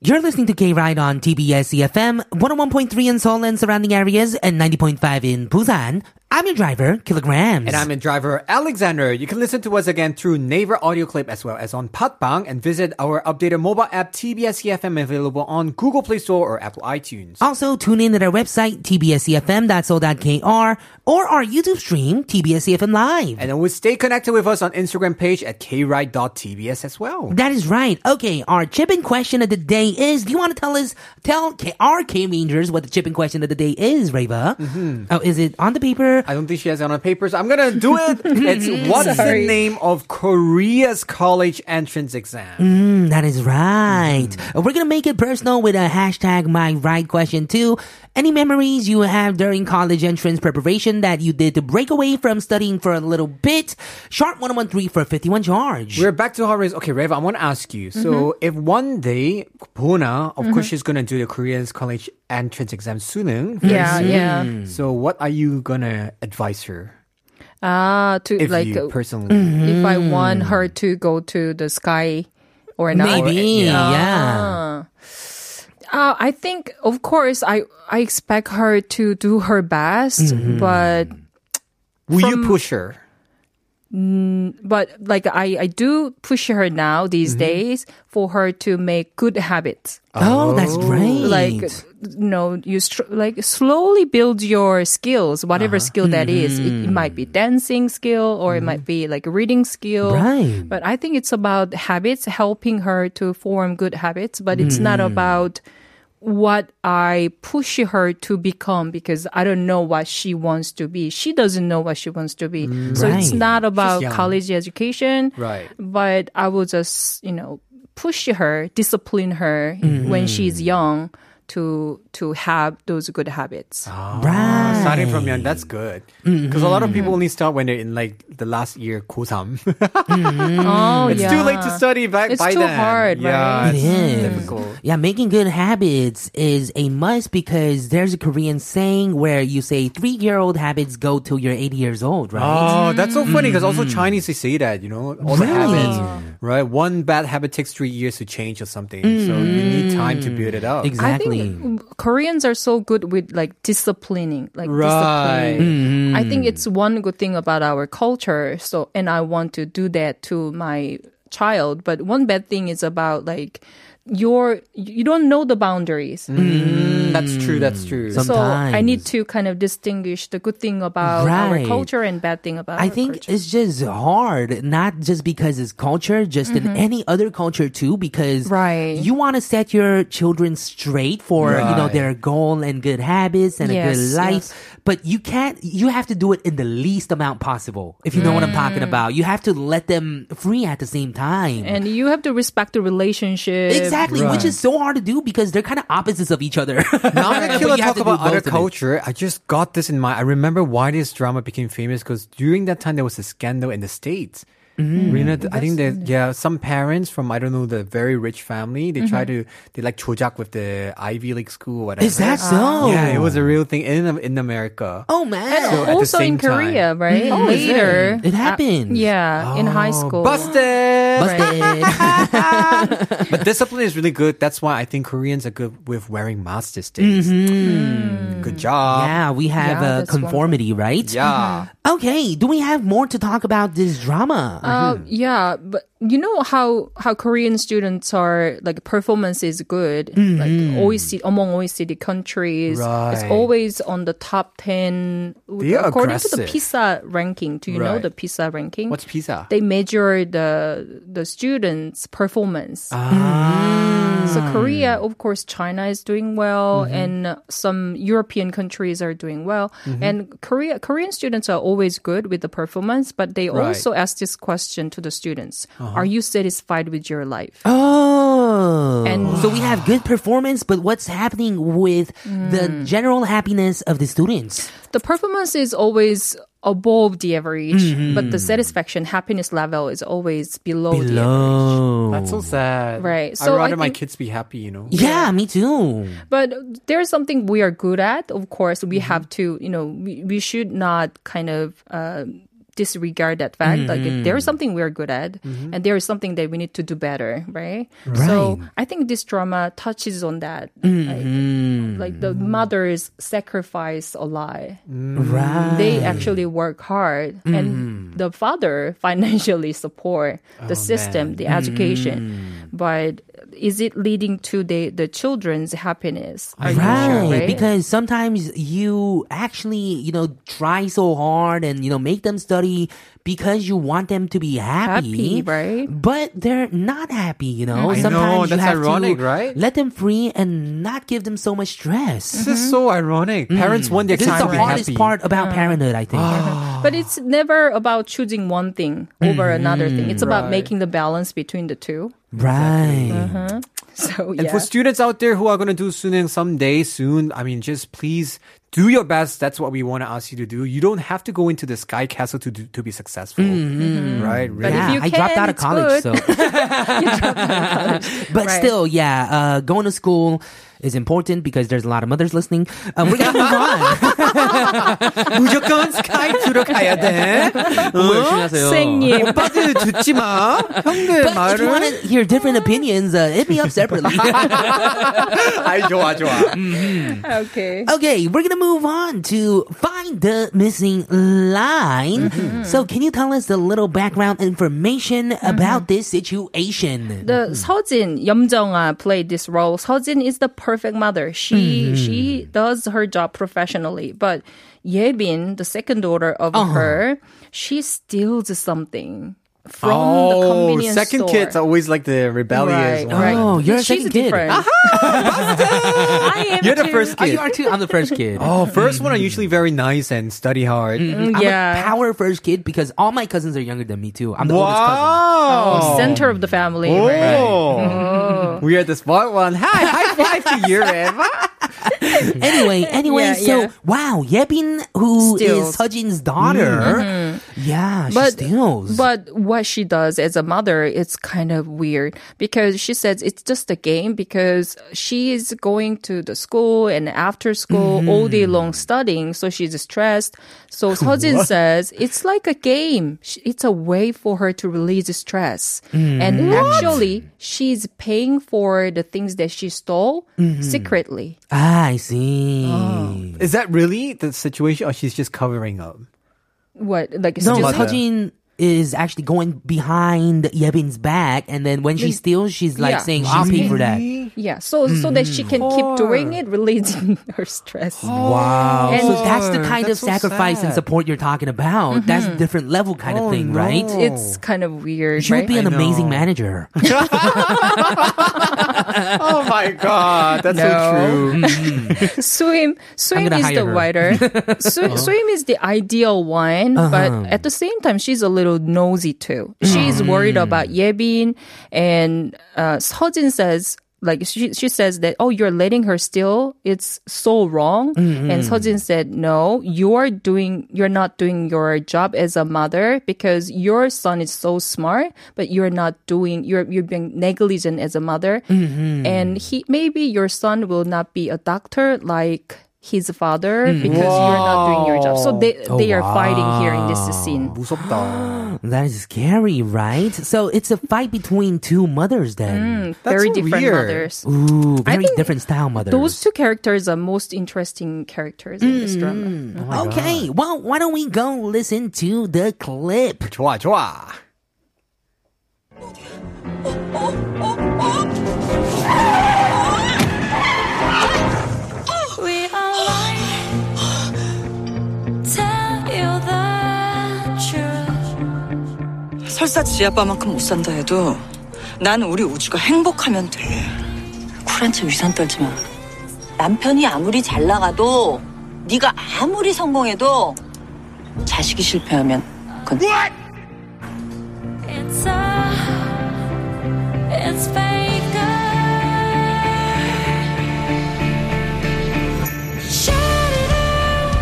Speaker 2: You're listening to K Ride on TBS EFM, 101.3 in Seoul and surrounding areas, and 90.5 in Busan. I'm your driver, Kilograms.
Speaker 1: And I'm in driver Alexander. You can listen to us again through Naver audio clip as well as on Patbang and visit our updated mobile app TBS EFM E available on Google Play Store or Apple iTunes.
Speaker 2: Also, tune in at our website, tbscfm.so.kr, E or our YouTube stream, tbscfm E live.
Speaker 1: And always stay connected with us on Instagram page at kride.tbs as well.
Speaker 2: That is right. Okay, our chip in question of the day is. Do you want to tell us, tell K- our K Rangers what the chip in question of the day is, Reva? Mm-hmm. Oh, is it on the paper?
Speaker 1: I don't think she has it on her papers. I'm gonna do it. It's what's the name of Korea's college entrance exam?
Speaker 2: Mm, that is right. Uh, We're gonna make it personal with a hashtag my right question too. Any memories you have during college entrance preparation that you did to break away from studying for a little bit? Sharp one one three for fifty one charge.
Speaker 1: We're back to horrors. Okay, Reva, I want to ask you. So,
Speaker 6: Mm-hmm.
Speaker 1: if one day Bona, of course, she's gonna do the Korea's college entrance exam soon. eh?
Speaker 6: Yeah, Mm. yeah.
Speaker 1: So, what are you gonna advise her
Speaker 6: Ah, to
Speaker 1: if
Speaker 6: like
Speaker 1: you Mm.
Speaker 6: uh,
Speaker 1: personally?
Speaker 6: if I want her to go to the sky or not.
Speaker 2: Maybe, yeah.
Speaker 6: Uh, I think, of course, I I expect her to do her best, but
Speaker 1: Will you push her?
Speaker 6: but like I I do push her now these days for her to make good habits.
Speaker 2: Oh, that's great.
Speaker 6: Like you know, you str- like slowly build your skills, whatever skill that is. It, it might be dancing skill, or it might be like reading skill.
Speaker 2: Right.
Speaker 6: But I think it's about habits, helping her to form good habits. But it's not
Speaker 1: Mm.
Speaker 6: about what I push her to become because I don't know what she wants to be. She doesn't know what she wants to be. So it's
Speaker 2: Right.
Speaker 6: not about
Speaker 1: Mm. young.
Speaker 6: college education.
Speaker 1: Right.
Speaker 6: But I will just, you know, push her, discipline her
Speaker 1: Mm-hmm.
Speaker 6: when she's young to to have those good habits.
Speaker 1: Ah.
Speaker 2: right.
Speaker 1: Starting from young, that's good. Because a
Speaker 6: Mm-hmm.
Speaker 1: lot of people only start when they're in like the last year, kosam.
Speaker 6: Oh,
Speaker 1: <laughs> it's too late to study back
Speaker 6: It's
Speaker 1: by
Speaker 6: too
Speaker 1: then.
Speaker 6: hard,
Speaker 1: yeah,
Speaker 6: right?
Speaker 1: it's
Speaker 2: It is.
Speaker 1: difficult.
Speaker 2: Yeah, making good habits is a must because there's a Korean saying where you say three year old habits go till you're 80 years old, right?
Speaker 1: Oh, that's so funny because
Speaker 2: Mm.
Speaker 1: also Chinese they say that you know all the habits, right? One bad habit takes three years to change or something, so you need time to build it up.
Speaker 2: Mm.
Speaker 6: I
Speaker 2: exactly.
Speaker 6: think Koreans are so good with like disciplining, like
Speaker 1: Right.
Speaker 2: Mm-hmm.
Speaker 6: disciplining. I think it's one good thing about our culture. So, and I want to do that to my child. But one bad thing is about like your you don't know the boundaries.
Speaker 1: Mm, That's true. That's true.
Speaker 2: Some-
Speaker 6: So
Speaker 2: Mm.
Speaker 6: I
Speaker 2: Sometimes.
Speaker 6: need to kind of distinguish the good thing about
Speaker 2: Right.
Speaker 6: our culture and bad thing about.
Speaker 2: I
Speaker 6: our
Speaker 2: think
Speaker 6: culture.
Speaker 2: it's just hard, not just because it's culture, just in any other culture too, because
Speaker 6: Mm-hmm. Right.
Speaker 2: you want to set your children straight for you know
Speaker 1: Right.
Speaker 2: their goal and good habits and a good
Speaker 6: Yes,
Speaker 2: life,
Speaker 6: yes.
Speaker 2: but you can't. You have to do it in the least amount possible. If you know what I'm talking about, you have to let them free at the same time.
Speaker 6: Mm. and you have to respect the relationship.
Speaker 2: Exactly, which is so hard to do because they're kind of opposites of each other.
Speaker 1: now
Speaker 2: <laughs>
Speaker 1: I'm gonna
Speaker 2: But
Speaker 1: kill
Speaker 2: you
Speaker 1: talk
Speaker 2: have to do
Speaker 1: about other
Speaker 2: both of it.
Speaker 1: culture. I just got this in mind. I remember why this drama became famous because during that time there was a scandal in the states.
Speaker 2: Mm.
Speaker 1: Rena, I think that yeah, some parents from I don't know the very rich family they try to they like chojak with the Ivy League school or whatever.
Speaker 2: Mm-hmm. Is that so?
Speaker 6: Uh-huh.
Speaker 1: Yeah, it was a real thing in in America.
Speaker 2: Oh man.
Speaker 1: So at the
Speaker 6: also
Speaker 1: same
Speaker 6: in
Speaker 1: time-
Speaker 6: Korea, right?
Speaker 2: Oh, is it?
Speaker 6: Later,
Speaker 2: It happens.
Speaker 6: Uh, yeah, in high
Speaker 1: Oh,
Speaker 6: school.
Speaker 1: Busted.
Speaker 2: Busted.
Speaker 1: <laughs> But discipline is really good. That's why I think Koreans are good with wearing masks these days.
Speaker 6: Mm-hmm.
Speaker 1: Good job.
Speaker 2: yeah, we have
Speaker 6: Yeah,
Speaker 2: uh,
Speaker 6: that's one
Speaker 2: conformity,
Speaker 6: Mm-hmm.
Speaker 2: right?
Speaker 1: Yeah.
Speaker 2: Okay, do we have more to talk about this drama?
Speaker 6: Uh,
Speaker 1: Mm-hmm.
Speaker 6: yeah, but you know how how Korean students are like performance is good, like OECD among OECD countries, it's
Speaker 1: Mm-hmm. Right.
Speaker 6: always on the top ten.
Speaker 1: They are
Speaker 6: according to the
Speaker 1: aggressive.
Speaker 6: PISA ranking, do you know
Speaker 1: Right.
Speaker 6: the PISA ranking?
Speaker 1: What's pizza?
Speaker 6: they measure the the students' performance. Mm. So Korea, of course, China is doing well, and some European countries are doing well. And Korea, Korean students are always good with the performance, but they
Speaker 1: Right.
Speaker 6: also ask this question to the students: Are you satisfied with your life?
Speaker 2: Oh.
Speaker 6: And-
Speaker 2: so we have good performance, but what's happening with
Speaker 6: Hmm.
Speaker 2: the general happiness of the students?
Speaker 6: The performance is always above the average, but the satisfaction, happiness level is always below. The average.
Speaker 2: Below.
Speaker 1: That's so sad.
Speaker 6: Right.
Speaker 1: I'd
Speaker 6: So I
Speaker 1: rather my
Speaker 6: think-
Speaker 1: kids be happy, you know.
Speaker 2: Yeah, me too.
Speaker 6: But there's something we are good at. Of course, we have to, you know, we, we should not kind of uh, disregard that fact. Like, if there is something we are good at, and there is something that we need to do better, right? So I think this drama touches on that. Like, like the mothers sacrifice a lot.
Speaker 2: Right.
Speaker 6: They actually work hard,
Speaker 1: Mm-hmm.
Speaker 6: and the father <laughs> financially support the
Speaker 1: Oh,
Speaker 6: system, the
Speaker 1: Mm.
Speaker 6: education. But is it leading to the, the children's happiness? Are you
Speaker 2: Right,
Speaker 6: sure, right?
Speaker 2: because sometimes you actually, you know, try so hard and, you know, make them study because you want them to be happy.
Speaker 6: Happy, right? Hmm.
Speaker 2: But they're not happy, you know.
Speaker 1: I know,
Speaker 2: sometimes you
Speaker 1: that's
Speaker 2: have to
Speaker 1: ironic, right?
Speaker 2: Let them free and not give them so much stress.
Speaker 1: This is so ironic. Parents want their
Speaker 2: Mm. This is
Speaker 1: kids
Speaker 2: the
Speaker 1: to be
Speaker 2: hardest
Speaker 1: happy. Ah,
Speaker 2: part about
Speaker 6: Uh-huh.
Speaker 2: parenthood, I think.
Speaker 6: but it's never about choosing one thing over
Speaker 1: Mm-hmm.
Speaker 6: another thing. It's about making the balance between the two. <laughs>
Speaker 2: Right.
Speaker 6: Uh-huh. So
Speaker 1: And
Speaker 6: yeah.
Speaker 1: for students out there who are going to do Suning someday soon, I mean, just please do your best. That's what we want to ask you to do. You don't have to go into the sky castle to do, to be successful, right? Really.
Speaker 2: Mm-hmm. Yeah,
Speaker 6: if you
Speaker 2: I dropped
Speaker 6: can,
Speaker 2: out of
Speaker 6: it's
Speaker 2: college,
Speaker 6: good. <laughs>
Speaker 2: so. <laughs> but
Speaker 6: Right.
Speaker 2: still, yeah, uh, going to school is important because there's a lot of mothers listening. Um, we're
Speaker 1: <laughs>
Speaker 2: gonna move on.
Speaker 1: 무조건 스카이 들어 가야
Speaker 6: <laughs>
Speaker 1: 돼. <laughs>
Speaker 6: 선생님.
Speaker 1: 오빠들 듣지 마. 형들
Speaker 2: But if you want to hear different opinions, uh, hit me up
Speaker 1: <laughs>
Speaker 2: separately. <laughs>
Speaker 1: 아이 좋아 좋아.
Speaker 6: okay.
Speaker 2: okay, we're gonna move on to find the missing line.
Speaker 6: Mm-hmm.
Speaker 2: So, can you tell us a little background information about this situation?
Speaker 6: The Seojin Yeomjeonga played this role. Seojin is the perfect mother.
Speaker 2: Mm-hmm.
Speaker 6: She she does her job professionally, but Yebin, the second daughter of
Speaker 2: Uh-huh.
Speaker 6: her, she steals something from the
Speaker 1: Oh,
Speaker 6: convenience
Speaker 1: second
Speaker 6: store.
Speaker 1: kids are always like the
Speaker 6: right,
Speaker 1: rebellious one.
Speaker 6: right.
Speaker 2: Oh, you're a
Speaker 6: She's
Speaker 2: second kid.
Speaker 6: different. <laughs> I am
Speaker 1: You're the
Speaker 6: too.
Speaker 1: first
Speaker 2: Oh, you
Speaker 1: kid.
Speaker 2: are too. I'm the first kid.
Speaker 1: <laughs> Oh, first one are usually very nice and study hard.
Speaker 2: I'm a
Speaker 6: yeah.
Speaker 2: power first kid because all my cousins are younger than me too. I'm the oldest cousin.
Speaker 1: Wow.
Speaker 6: Oh, center of the family.
Speaker 1: Oh.
Speaker 6: right?
Speaker 1: <laughs> We are the smart one. Hi, high five to you, <laughs> Eva.
Speaker 2: Anyway, anyway,
Speaker 6: <laughs> Yeah,
Speaker 2: so
Speaker 6: yeah.
Speaker 2: wow, Yebin, who is
Speaker 6: Steals. Mm-hmm.
Speaker 2: Sejin's daughter, yeah, she
Speaker 6: But-
Speaker 2: steals.
Speaker 6: But what she does as a mother, it's kind of weird because she says it's just a game because she is going to the school and after school all day long studying, so she's stressed. So Sejin says it's like a game. Sh- It's a way for her to release stress. And actually, she's paying for the things that she stole secretly.
Speaker 2: ah, I see.
Speaker 6: Oh.
Speaker 1: Is that really the situation, or she's just covering up?
Speaker 6: What like
Speaker 2: No,
Speaker 6: stealing?
Speaker 1: Just-
Speaker 2: Sejin is actually going behind Yebin's back, and then when she steals, she's like
Speaker 6: Yeah.
Speaker 2: saying she's paying for that.
Speaker 6: Yeah, so so that she can keep doing it, releasing <laughs> her stress.
Speaker 1: Wow.
Speaker 6: And-
Speaker 2: Oh. So that's the kind
Speaker 1: That's
Speaker 2: of
Speaker 1: so
Speaker 2: sacrifice and
Speaker 1: sad.
Speaker 2: support you're talking about. That's
Speaker 6: Mm-hmm.
Speaker 2: a different level kind of
Speaker 1: Oh,
Speaker 2: thing,
Speaker 1: no.
Speaker 2: right?
Speaker 6: It's kind of weird,
Speaker 2: She would
Speaker 6: right?
Speaker 2: be an
Speaker 1: I know.
Speaker 2: amazing manager.
Speaker 1: oh my god, that's so
Speaker 6: No.
Speaker 1: true.
Speaker 6: Swim, swim
Speaker 2: gonna
Speaker 6: is
Speaker 2: hire
Speaker 6: the
Speaker 2: her. <laughs> Uh-huh.
Speaker 6: writer. Swim, swim is the ideal one, but at the same time, she's a little nosy too.
Speaker 2: Mm.
Speaker 6: She's worried about Yebin, and uh, Sejin says. Like she, she says that, oh, you're letting her steal. It's so wrong.
Speaker 2: Mm-hmm.
Speaker 6: And Sejin said, no, you're doing, you're not doing your job as a mother because your son is so smart, but you're not doing, you're, you're being negligent as a mother. And he, maybe your son will not be a doctor like his father because you're not doing your job. So they, they are fighting here in this scene.
Speaker 1: <gasps> 무섭다.
Speaker 2: that is scary, right? So it's a fight between two mothers then.
Speaker 1: That's
Speaker 6: Very
Speaker 1: so
Speaker 6: different
Speaker 1: weird.
Speaker 6: mothers.
Speaker 2: Ooh, very
Speaker 6: Mm. think
Speaker 2: different style mothers.
Speaker 6: Those two characters are most interesting characters in this drama.
Speaker 2: Oh okay, well, why don't we go listen to the clip?
Speaker 1: 좋아, 좋아.
Speaker 8: 설사 지 아빠만큼 못 산다 해도 난 우리 우주가 행복하면 돼.
Speaker 9: 쿨한 척 위산 떨지 마. 남편이 아무리 잘 나가도 네가 아무리 성공해도 자식이 실패하면 그건
Speaker 3: It's a, it's Baker. Shout it out,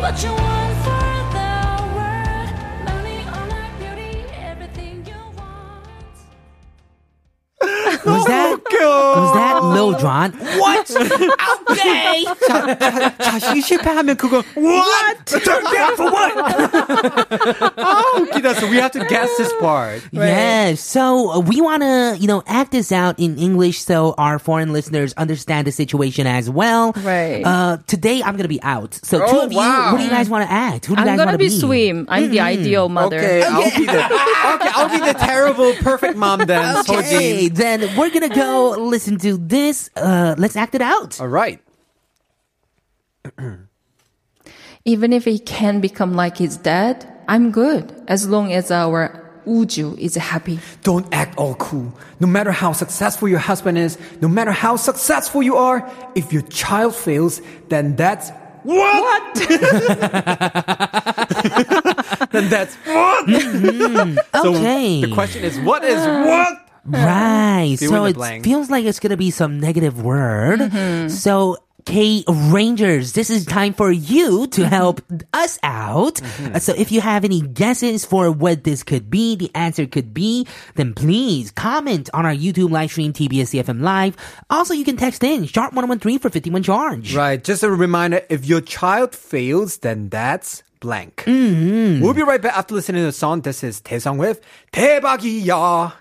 Speaker 3: what you want for the world. Money, honor, beauty, everything you want.
Speaker 2: <laughs> Was that was that Lil Jon? What? okay.
Speaker 1: 자식이 실패하면 그거 what? Turn for what? <laughs> 아 웃기다. So we have to guess this part.
Speaker 2: <laughs> Yes. So uh, we want to, you know, act this out in English so our foreign listeners understand the situation as well.
Speaker 6: Right.
Speaker 2: Uh, today I'm going to be out. So two
Speaker 1: Oh,
Speaker 2: of you,
Speaker 1: wow.
Speaker 2: what do you guys want to act? Who do you
Speaker 6: I'm
Speaker 2: guys want
Speaker 6: gonna
Speaker 2: to
Speaker 6: be
Speaker 2: be?
Speaker 6: swim. I'm the ideal mother.
Speaker 1: Okay, I'll be the okay, I'll be the terrible perfect mom then.
Speaker 2: Okay,
Speaker 1: Okay.
Speaker 2: then we're going to
Speaker 6: <laughs>
Speaker 2: go listen to this. Uh, let's act it out.
Speaker 1: All right.
Speaker 6: Even if he can become like his dad, I'm good as long as our Uju is happy.
Speaker 1: Don't act all cool. No matter how successful your husband is, no matter how successful you are, if your child fails, then that's <laughs> what? then that's what?
Speaker 2: okay.
Speaker 1: So the question is, what is what?
Speaker 2: Right.
Speaker 1: Fill in the Mm-hmm.
Speaker 2: so it
Speaker 1: blank.
Speaker 2: feels like it's going to be some negative word. So, K Rangers, this is time for you
Speaker 1: Mm-hmm.
Speaker 2: to help us out. Uh, So, if you have any guesses for what this could be, the answer could be, then please comment on our YouTube live stream, TBS CFM Live. Also, you can text in sharp 1013 for 51 charge.
Speaker 1: Right. Just a reminder: if your child fails, then that's blank. We'll be right back after listening to the song. This is Taesung with 대박이야.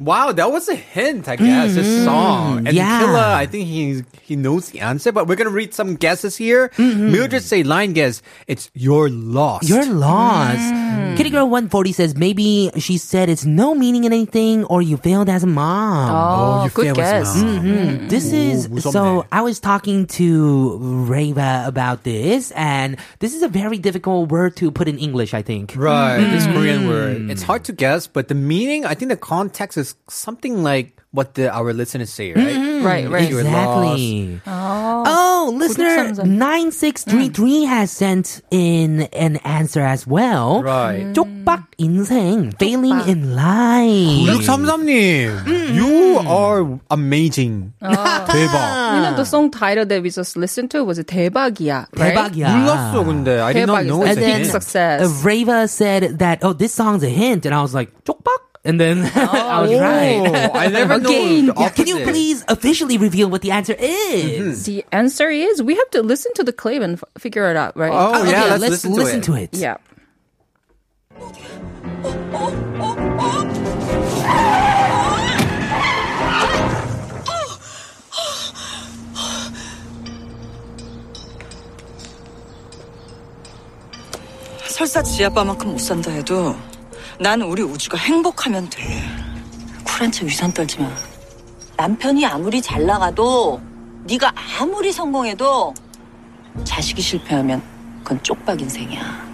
Speaker 1: Wow, that was a hint, I guess. This song and
Speaker 2: yeah.
Speaker 1: Killa, I think he he knows the answer, but we're gonna read some guesses here. Mildred say line guess. It's your loss.
Speaker 2: You're lost.
Speaker 1: Mm.
Speaker 2: Kitty Girl 140 says maybe she said it's no meaning in anything or you failed as a mom.
Speaker 1: Oh, you
Speaker 6: good
Speaker 1: fail as
Speaker 6: guess.
Speaker 1: well.
Speaker 2: Mm, This is
Speaker 1: 무섭네.
Speaker 2: so. I was talking to Reva about this, and this is a very difficult word to put in English. I think.
Speaker 1: Right, this Korean word. It's hard to guess, but the meaning, I think the context is something like what the, our listeners say, right?
Speaker 6: Right, right.
Speaker 1: You were lost.
Speaker 2: Exactly. Oh, listener
Speaker 6: 구독자분들.
Speaker 2: nine six three three has sent in an answer as well.
Speaker 1: Right.
Speaker 2: 쪽박 인생, failing in life.
Speaker 1: 633님, you are amazing. 대박.
Speaker 6: You know the song title that we just listened to was 대박이야, right?
Speaker 2: 대박이야.
Speaker 1: 몰랐어, 근데. I did not
Speaker 6: 대박이야.
Speaker 1: know
Speaker 6: And
Speaker 1: it's a
Speaker 6: then
Speaker 1: hint.
Speaker 6: success.
Speaker 2: Uh, Reva said that, oh, this song's a hint. And I was like, 쪽박? And then <laughs> I was
Speaker 1: <laughs>
Speaker 2: right.
Speaker 1: Oh, I never
Speaker 6: Again.
Speaker 1: know. the
Speaker 2: Yeah, can you
Speaker 1: opposite.
Speaker 2: please officially reveal what the answer is?
Speaker 6: The answer is we have to listen to the clip and f- figure it out, right?
Speaker 1: Oh, yeah,
Speaker 2: Okay,
Speaker 1: let's, listen, to it.
Speaker 6: Yeah.
Speaker 8: 설사 지 아빠만큼 못 산다 해도 난 우리 우주가 행복하면 돼.
Speaker 9: 쿨한 척 위산 떨지 마. 남편이 아무리 잘 나가도 네가 아무리 성공해도 자식이 실패하면 그건 쪽박 인생이야.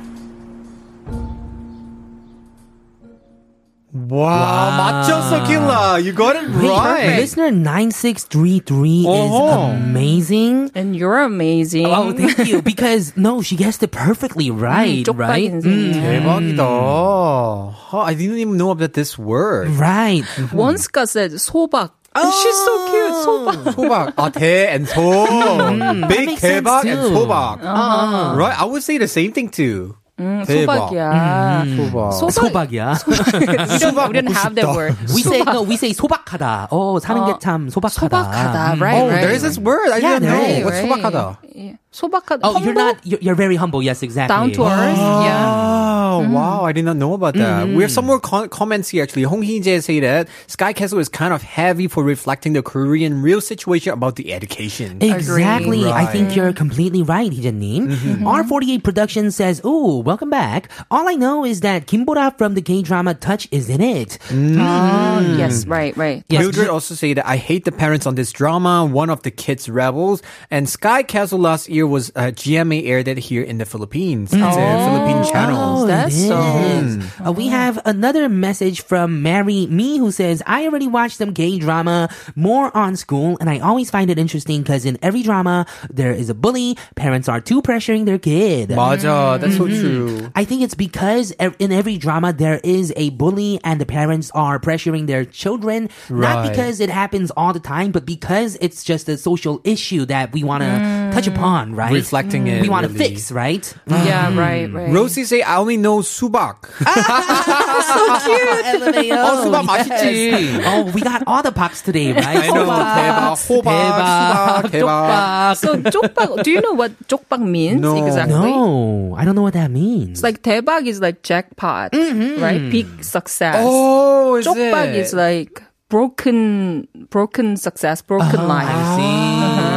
Speaker 1: Wow, 맞췄어, Killa. You got it
Speaker 2: Wait,
Speaker 1: right.
Speaker 2: Listener 9633
Speaker 1: Oh.
Speaker 2: is amazing.
Speaker 6: And you're amazing.
Speaker 2: Oh, thank you. Because, no, she guessed it perfectly
Speaker 6: <laughs>
Speaker 2: right,
Speaker 6: 쪽박
Speaker 2: right? Mm.
Speaker 6: 인생이야.
Speaker 1: 대박이다. Oh, I didn't even know about this word. Oh,
Speaker 2: Right.
Speaker 6: 원스가 said 소박. And she's so cute.
Speaker 2: <laughs>
Speaker 6: 소박.
Speaker 1: 소박. 아, 대 and 소. Big
Speaker 2: makes sense
Speaker 1: 대박 and
Speaker 2: too.
Speaker 1: 소박.
Speaker 6: Uh-huh.
Speaker 1: Uh-huh. Right? I would say the same thing too. 대박.
Speaker 6: 소박이야.
Speaker 2: Mm.
Speaker 1: 소박.
Speaker 6: 소박.
Speaker 2: 소박이야.
Speaker 6: <laughs> we don't, we don't have that word.
Speaker 2: <laughs> we say, no, we say 소박하다. Oh, 사는 게참 소박하다.
Speaker 6: 소박하다.
Speaker 2: Mm.
Speaker 6: Right,
Speaker 1: Oh,
Speaker 6: right.
Speaker 1: there is this word. I
Speaker 2: Yeah,
Speaker 1: didn't know.
Speaker 2: right,
Speaker 1: What's
Speaker 6: right.
Speaker 1: 소박하다?
Speaker 6: Yeah. 소박하다.
Speaker 2: Oh, you're
Speaker 6: humble,
Speaker 2: not, you're, you're very humble. Yes, exactly.
Speaker 6: down to earth. Yeah.
Speaker 1: Oh, Oh wow, I did not know about that.
Speaker 6: Mm-hmm.
Speaker 1: We have some more co- comments here actually. Hong Hee Jae say that Sky Castle is kind of heavy for reflecting the Korean real situation about the education.
Speaker 2: Exactly. I think you're completely right, Hijanim. R48 Production says, Ooh, welcome back. All I know is that Kim Bora from the K drama Touch is in it. Mm.
Speaker 6: Oh, yes, right, right.
Speaker 2: Yes.
Speaker 1: Mildred also say that I hate the parents on this drama. One of the kids rebels, and Sky Castle last year was uh, GMA aired it here in the Philippines. It's a Philippine channel.
Speaker 6: Oh, that's
Speaker 2: it
Speaker 6: so- Uh-huh.
Speaker 2: is. Uh, we have another message from Mary Me who says, I already watched some gay drama, more on school, and I always find it interesting because in every drama, there is a bully, parents are too pressuring their kid.
Speaker 1: 맞아, that's so true.
Speaker 2: I think it's because ev- in every drama there is a bully and the parents are pressuring their children. Not
Speaker 1: Right.
Speaker 2: because it happens all the time, but because it's just a social issue that we want to touch upon, right?
Speaker 1: Mm. Reflecting it,
Speaker 2: We want to
Speaker 1: really.
Speaker 2: fix, right?
Speaker 1: <laughs>
Speaker 6: Yeah, right, right.
Speaker 1: Rosie say I only know subak.
Speaker 2: <laughs> LMAO.
Speaker 1: Oh, 수박 맛있지.
Speaker 2: Oh, we got all the pops today,
Speaker 1: I
Speaker 2: right?
Speaker 1: know. 대박, 호박, 수박, 대박.
Speaker 6: So 쪽박, do you know what 쪽박 means
Speaker 1: No.
Speaker 6: exactly?
Speaker 2: No, I don't know what that means.
Speaker 6: It's like 대박 is like jackpot, right? Big success.
Speaker 1: Oh, is
Speaker 6: 쪽박
Speaker 1: it?
Speaker 6: is like broken, broken success, broken life. Uh-huh.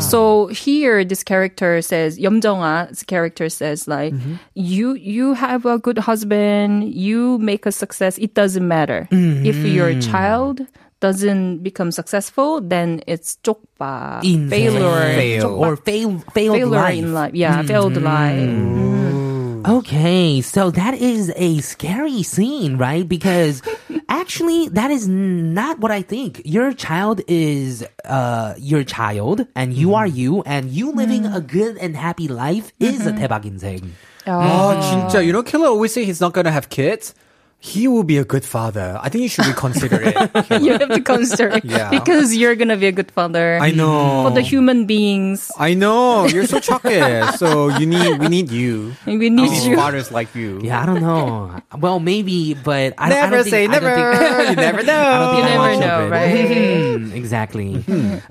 Speaker 6: So here, this character says, Yeomjongha's character says, like, you you have a good husband, you make a success. It doesn't matter if your child doesn't become successful, then it's 쪽박,
Speaker 2: In
Speaker 6: failure,
Speaker 1: fail.
Speaker 6: 쪽박,
Speaker 2: or fail, failed
Speaker 6: failure
Speaker 2: life.
Speaker 6: in life. Yeah, failed life.
Speaker 2: Okay, so that is a scary scene, right?
Speaker 1: <laughs>
Speaker 2: Because actually, that is not what I think. Your child is uh, your child, and
Speaker 1: Mm-hmm.
Speaker 2: you are you, and you living a good and happy life is a
Speaker 1: Mm-hmm.
Speaker 2: 대박 인생.
Speaker 1: Oh, 진짜. You know, Killer always say he's not gonna have kids. He will be a good father. I think you should reconsider it. Killer.
Speaker 6: <laughs> you have to consider
Speaker 1: <laughs> Yeah.
Speaker 6: because you're gonna be a good father
Speaker 1: I know.
Speaker 6: for the human beings.
Speaker 1: I know. You're so chocolate. so you need. We need you.
Speaker 6: We
Speaker 1: We
Speaker 6: need
Speaker 1: need
Speaker 6: you.
Speaker 1: fathers like you.
Speaker 2: Yeah, I don't
Speaker 1: <laughs>
Speaker 2: know. well, maybe, but I, I
Speaker 1: Never
Speaker 2: don't think,
Speaker 1: say
Speaker 2: <laughs> I don't
Speaker 1: never.
Speaker 2: think-
Speaker 1: <laughs> you never
Speaker 2: I don't
Speaker 1: know. Mm-hmm.
Speaker 2: think
Speaker 6: You
Speaker 2: I
Speaker 6: never
Speaker 2: want
Speaker 6: know,
Speaker 2: children.
Speaker 6: right?
Speaker 2: Mm, exactly.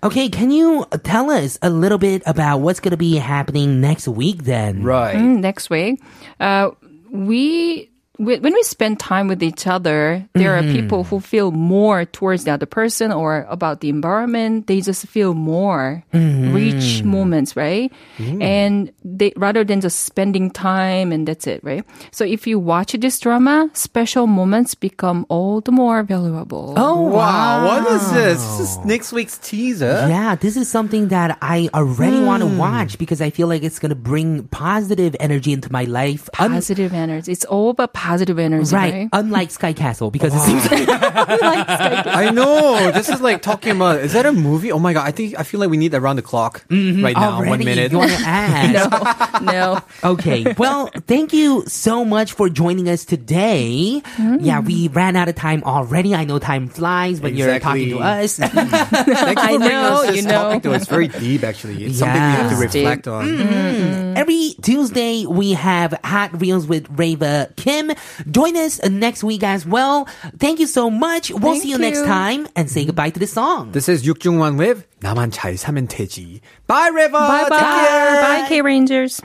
Speaker 2: Okay, can you tell us a little bit about what's going to be happening next week then?
Speaker 1: Right.
Speaker 6: Mm, next week, uh, we. we- When we spend time with each other, there are
Speaker 1: Mm-hmm.
Speaker 6: people who feel more towards the other person or about the environment. They just feel more,
Speaker 1: Mm-hmm.
Speaker 6: reach moments, right? And they rather than just spending time and that's it, right? So if you watch this drama, special moments become all the more valuable.
Speaker 2: Oh,
Speaker 1: Wow, what is this? This is next week's teaser.
Speaker 2: Yeah, this is something that I already want to watch because I feel like it's going to bring positive energy into my life. Un-
Speaker 6: positive energy. It's all about positive energy,
Speaker 2: right.
Speaker 6: right?
Speaker 2: Unlike Sky Castle because it seems like
Speaker 1: I know. This is like talking about. Is that a movie? Oh my god! I think I feel like we need around the clock right now.
Speaker 2: Mm-hmm.
Speaker 1: One
Speaker 2: already
Speaker 1: minute.
Speaker 2: you want to add.
Speaker 6: no,
Speaker 2: Okay. Well, thank you so much for joining us today. Yeah, we ran out of time already. I know time flies when you're talking to us.
Speaker 1: Exactly. Thank you for bringing us
Speaker 6: know,
Speaker 1: this
Speaker 6: you know.
Speaker 1: topic. Though it's very deep, actually. It's something we have to
Speaker 2: Yeah. Mm-hmm.
Speaker 6: It's deep.
Speaker 1: reflect on.
Speaker 2: Every Tuesday, we have Hot Reels with Rava Kim. Join us next week as well. Thank you so much. We'll see you,
Speaker 6: Thank
Speaker 2: next
Speaker 6: you.
Speaker 2: time and say goodbye to the song.
Speaker 1: This is Yukjungwan with 나만 잘 사면 되지. Bye, River.
Speaker 6: bye bye bye, K Rangers.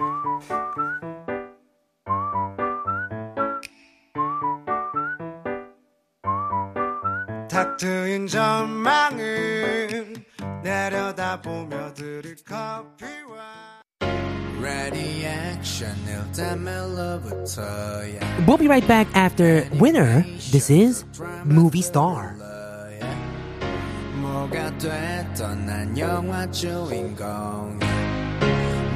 Speaker 5: 닥터인 전망을 내려다보며 들을 커피와 Ready action 일단 멜로부터야
Speaker 2: We'll be right back after Winner. This is Movie Star.
Speaker 5: 뭐가 됐던 난 영화 주인공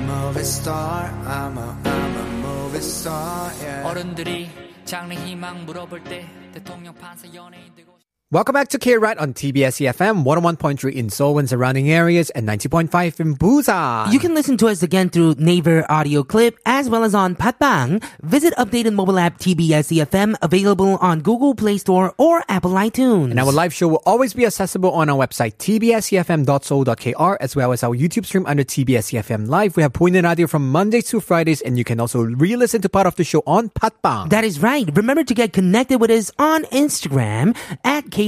Speaker 5: Movie star I'm a I'm a movie star yeah.
Speaker 10: 어른들이 장래 희망 물어볼 때 대통령 판사 연예인 되고
Speaker 1: Welcome back to K Right on TBS EFM 101.3 in Seoul and surrounding areas and 90.5 in Busan.
Speaker 2: You can listen to us again through Naver Audio Clip as well as on Patbang. Visit updated mobile app TBS EFM E available on Google Play Store or Apple iTunes.
Speaker 1: And our live show will always be accessible on our website, E tbsefm.soul.kr, as well as our YouTube stream under tbsefm E live. We have pointed radio from Mondays to Fridays, and you can also re-listen to part of the show on Patbang.
Speaker 2: That is right. Remember to get connected with us on Instagram at K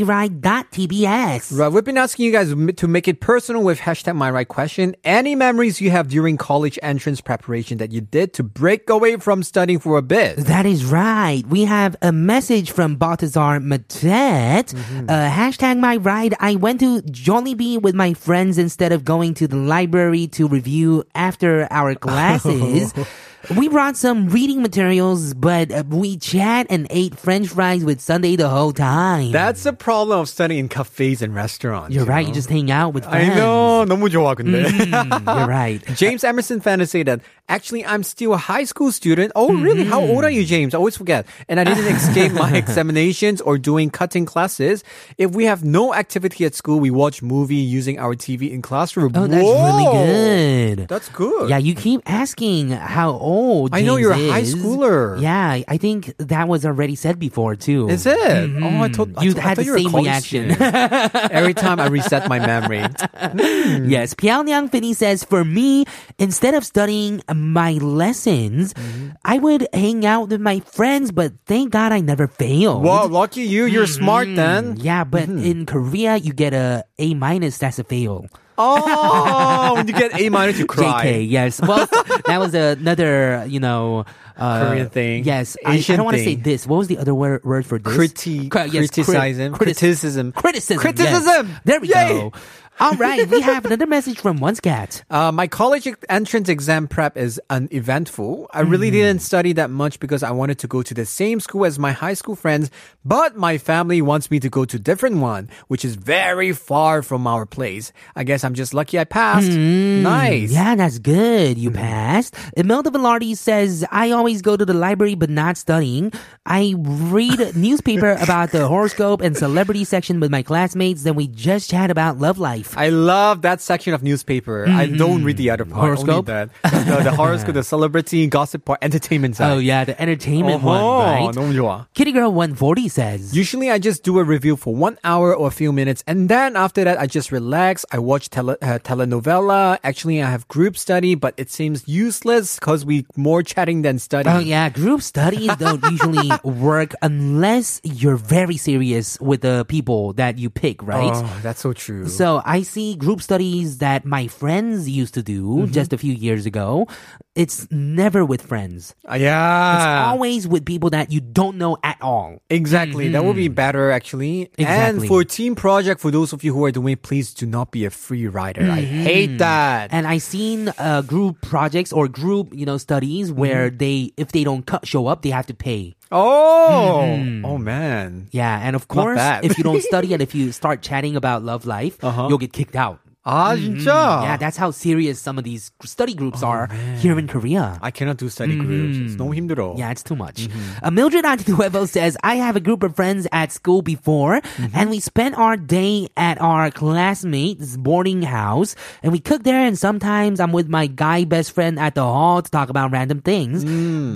Speaker 2: kride.tbs.
Speaker 1: Right, we've been asking you guys m- to make it personal with hashtag my right question. Any memories you have during college entrance preparation that you did to break away from studying for a bit?
Speaker 2: That is right. We have a message from Baltazar Matet.
Speaker 1: Mm-hmm.
Speaker 2: Uh, hashtag my ride. I went to Jollibee with my friends instead of going to the library to review after
Speaker 1: <laughs>
Speaker 2: our classes. We brought some reading materials, but uh, we chat and ate French fries with Sunday the whole time.
Speaker 1: That's the problem of studying in cafes and restaurants.
Speaker 2: You're
Speaker 1: you
Speaker 2: right.
Speaker 1: know?
Speaker 2: You just hang out with
Speaker 1: I
Speaker 2: friends.
Speaker 1: know. 너무 좋아 근데.
Speaker 2: You're right.
Speaker 1: <laughs> James Emerson fans say that actually I'm still a high school student. Oh really?
Speaker 2: Mm-hmm.
Speaker 1: How old are you, James? I always forget. And I
Speaker 2: <laughs>
Speaker 1: didn't escape my examinations or doing cutting classes. If we have no activity at school, we watch movie using our TV in classroom.
Speaker 2: Oh, that's really good.
Speaker 1: That's good.
Speaker 2: Yeah, you keep asking how old.
Speaker 1: I know
Speaker 2: James
Speaker 1: you're a high
Speaker 2: is.
Speaker 1: schooler.
Speaker 2: Yeah, I think that was already said before too.
Speaker 1: Is it? Oh, I told I
Speaker 2: You
Speaker 1: told- I
Speaker 2: Mm-hmm. had
Speaker 1: thought
Speaker 2: the
Speaker 1: were a
Speaker 2: same
Speaker 1: college
Speaker 2: reaction. <laughs>
Speaker 1: student. <laughs> Every time I reset my memory. Hmm.
Speaker 2: Yes, Pyongyang Finney says, for me, instead of studying my lessons,
Speaker 1: Mm-hmm.
Speaker 2: I would hang out with my friends, but thank God I never failed. Mm,
Speaker 1: Well, lucky you. You're smart then.
Speaker 2: Mm-hmm.
Speaker 1: Mm-hmm.
Speaker 2: Yeah, but in Korea, you get a A minus, that's a fail.
Speaker 1: Oh, when you get A minus,
Speaker 2: <laughs>
Speaker 1: you cry.
Speaker 2: JK, yes.
Speaker 1: <laughs>
Speaker 2: Well, that was another, you know, uh,
Speaker 1: Korean thing.
Speaker 2: Yes, I, I
Speaker 1: Asian
Speaker 2: don't want to say
Speaker 1: thing.
Speaker 2: this. What was the other word, word for this?
Speaker 1: Criti-
Speaker 2: Cri- yes, cri-
Speaker 1: criticism.
Speaker 2: critis-
Speaker 1: Criticism.
Speaker 2: criticism. yes.
Speaker 1: Criticism!
Speaker 2: There we
Speaker 1: Yay!
Speaker 2: go. All right, we have another message from Once Cat.
Speaker 1: Uh, my college entrance exam prep is uneventful. I really
Speaker 2: Hmm.
Speaker 1: didn't study that much because I wanted to go to the same school as my high school friends, but my family wants me to go to different one, which is very far from our place. I guess I'm just lucky I passed. Nice.
Speaker 2: Hmm. Yeah, that's good.
Speaker 1: Mm-hmm.
Speaker 2: You passed. Imelda Velarde says, I always go to the library but not studying. I read newspaper about the horoscope and celebrity section with my classmates. Then we just chat about love life.
Speaker 1: I love that section of newspaper. I don't read the other part. only
Speaker 2: Horoscope?
Speaker 1: that. The, the
Speaker 2: <laughs>
Speaker 1: horoscope, the celebrity gossip part, entertainment side.
Speaker 2: Oh, yeah, the entertainment
Speaker 1: 어허,
Speaker 2: one, right?
Speaker 1: Oh, 너무 좋아.
Speaker 2: Kitty Girl 140 says,
Speaker 1: Usually, I just do a review for one hour or a few minutes, and then after that, I just relax. I watch tele, uh, telenovela. Actually, I have group study, but it seems useless because we more chatting than studying.
Speaker 2: Oh yeah, group studies don't
Speaker 1: <laughs>
Speaker 2: usually work unless you're very serious with the people that you pick, right?
Speaker 1: Oh, that's so true.
Speaker 2: So I see group studies that my friends used to do
Speaker 1: Mm-hmm.
Speaker 2: just a few years ago. It's never with friends.
Speaker 1: Uh, yeah,
Speaker 2: It's always with people that you don't know at all.
Speaker 1: Exactly. That would be better, actually. And
Speaker 2: Exactly.
Speaker 1: for team project, for those of you who are doing, it, please do not be a free rider. I hate that.
Speaker 2: And I seen uh, group projects or group, you know, studies where
Speaker 1: Mm-hmm.
Speaker 2: they if they don't co- show up, they have to pay.
Speaker 1: oh, oh man.
Speaker 2: Yeah, and of
Speaker 1: Not
Speaker 2: course,
Speaker 1: bad. Uh-huh.
Speaker 2: if you don't
Speaker 1: <laughs>
Speaker 2: study and if you start chatting about love life, you'll get kicked out.
Speaker 1: Ah, 진짜.
Speaker 2: Yeah, that's how serious some of these study groups
Speaker 1: Oh,
Speaker 2: are here in Korea.
Speaker 1: I cannot do study groups. It's 너무 힘들어.
Speaker 2: Yeah, it's too much. Uh, Mildred Antinuevo <laughs> says, I have a group of friends at school before, and we spent our day at our classmate's boarding house, and we cook there, and sometimes I'm with my guy best friend at the hall to talk about random things.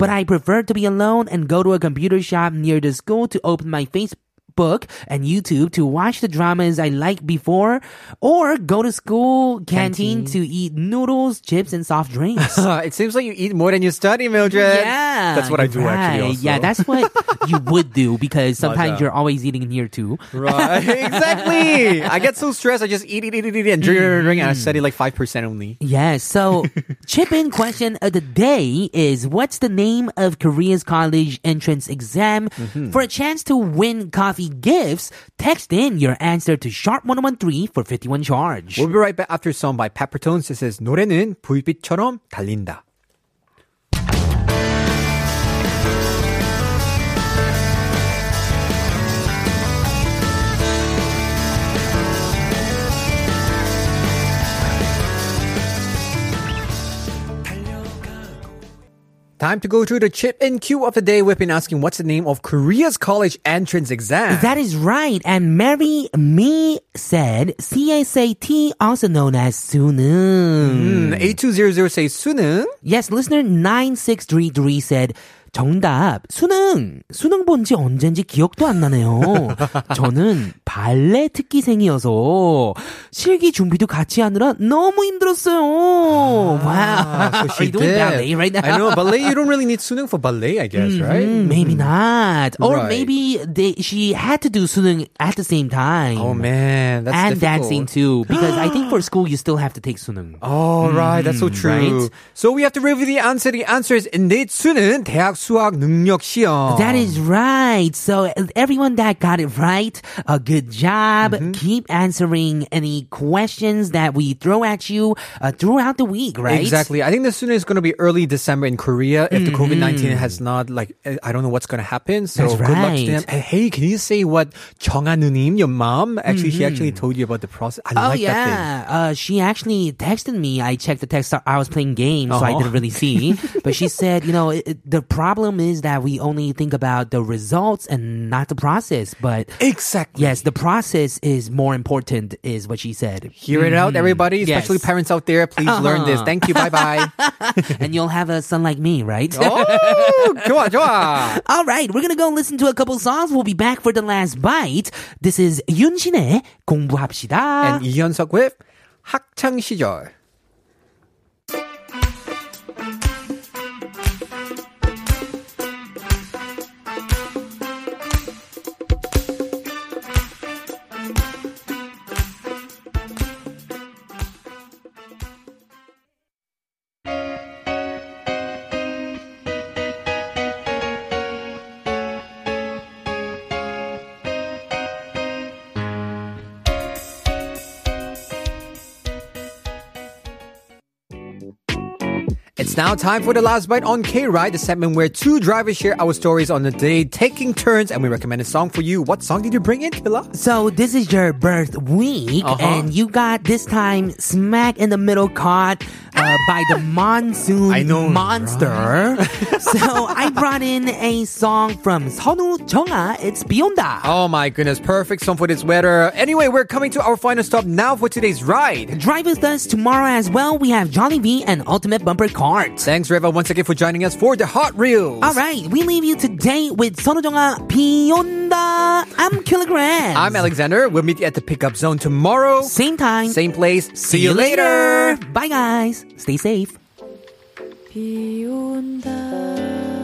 Speaker 2: But I prefer to be alone and go to a computer shop near the school to open my Facebook book and YouTube to watch the dramas I liked before, or go to school canteen, to eat noodles, chips, and soft
Speaker 1: <laughs>
Speaker 2: drinks.
Speaker 1: Uh, it seems like you eat more than you study, Mildred.
Speaker 2: Yeah,
Speaker 1: that's what I do
Speaker 2: right.
Speaker 1: actually. Also.
Speaker 2: Yeah, that's what
Speaker 1: <laughs>
Speaker 2: you would do because
Speaker 1: 맞아.
Speaker 2: sometimes you're always eating in here too.
Speaker 1: right. exactly. I get so stressed. I just eat, eat, eat, eat, eat, and drink, drink, drink, and I study like five percent only. <laughs>
Speaker 2: Yeah, so chip in question of the day is what's the name of Korea's college entrance exam?
Speaker 1: Mm-hmm.
Speaker 2: For a chance to win coffee gifts, text in your answer to sharp1013 for 51 charge.
Speaker 1: We'll be right back after a song by Peppertones. This is 노래는 불빛처럼 달린다. Time to go to the chip in queue of the day. We've been asking what's the name of Korea's college entrance exam.
Speaker 2: That is right. And Mary Me said CSAT, also known as Sunung.
Speaker 1: A two zero zero says 수능.
Speaker 2: Yes, listener 9633 said 정답 수능 수능 본 지 언젠지 기억도 안 나네요.
Speaker 1: <laughs>
Speaker 2: 저는 발레 특기생이어서 실기 준비도 같이 하느라 너무 힘들었어요. wow,
Speaker 1: 아, so
Speaker 2: are you Oh, doing ballet right now?
Speaker 1: I know ballet. You don't really need sunung for ballet, I guess, right?
Speaker 2: Mm, maybe not, or
Speaker 1: Right.
Speaker 2: maybe they, she had to do sunung at the same time.
Speaker 1: Oh man, that's
Speaker 2: and dancing
Speaker 1: difficult.
Speaker 2: too, because
Speaker 1: <gasps>
Speaker 2: I think for school you still have to take sunung.
Speaker 1: Oh, right. That's so true.
Speaker 2: Mm-hmm. right?
Speaker 1: So we have to review the answer. The answer is indeed 수는 대학 수학 능력 시험.
Speaker 2: That is right. So everyone that got it right, a good job.
Speaker 1: Mm-hmm.
Speaker 2: Keep answering any questions that we throw at you uh, throughout the week, right? Mm-hmm.
Speaker 1: Exactly. I think the soon is going to be early December in Korea if the COVID 19 has not, like, I I don't know what's going to happen. So
Speaker 2: That's
Speaker 1: good luck to
Speaker 2: right.
Speaker 1: them. And hey, can you say what 정하누님, your mom, actually, she actually told you about the process? I
Speaker 2: Mm-hmm. Oh
Speaker 1: like that thing.
Speaker 2: yeah, uh, she actually texted me. I checked the text. I was playing games, so I
Speaker 1: Uh-huh.
Speaker 2: didn't
Speaker 1: <laughs>
Speaker 2: really see. but she said, you know, it, it- the problem is that we only think about the results and not the process. But
Speaker 1: Exactly.
Speaker 2: yes, the process is more important, is what she said.
Speaker 1: Hear it out, everybody, especially
Speaker 2: Mm-hmm. Yes.
Speaker 1: parents out there. Please learn this.
Speaker 2: Uh-huh.
Speaker 1: Thank you. Bye bye.
Speaker 2: <laughs> and you'll have a son like me, right?
Speaker 1: oh, 좋아, 좋아.
Speaker 2: All right, we're gonna go listen to a couple songs. We'll be back for the last bite. This is 윤신의 공부합시다.
Speaker 1: And 이현석 with 학창 시절. It's now time for the last bite on K Ride, the segment where two drivers share our stories on the day, taking turns, and we recommend a song for you. What song did you bring in, Pila?
Speaker 2: So this is your birth week,
Speaker 1: Uh-huh.
Speaker 2: and you got this time smack in the middle caught uh, by the monsoon
Speaker 1: I know,
Speaker 2: monster. so I brought in a song from 선우 정아. It's Beyonda.
Speaker 1: Oh my goodness, perfect song for this weather. Anyway, we're coming to our final stop now for today's ride.
Speaker 2: Drive with us tomorrow as well. We have Johnny V and Ultimate Bumper Cart.
Speaker 1: Thanks, Reva, once again for joining us for the Hot Reels.
Speaker 2: All right, we leave you today with 선우정아 비온다. I'm Kilograms.
Speaker 1: I'm Alexander. We'll meet you at the pickup zone tomorrow.
Speaker 2: Same time.
Speaker 1: Same place. See, you later.
Speaker 2: Bye, guys. Stay safe.
Speaker 3: 비 온다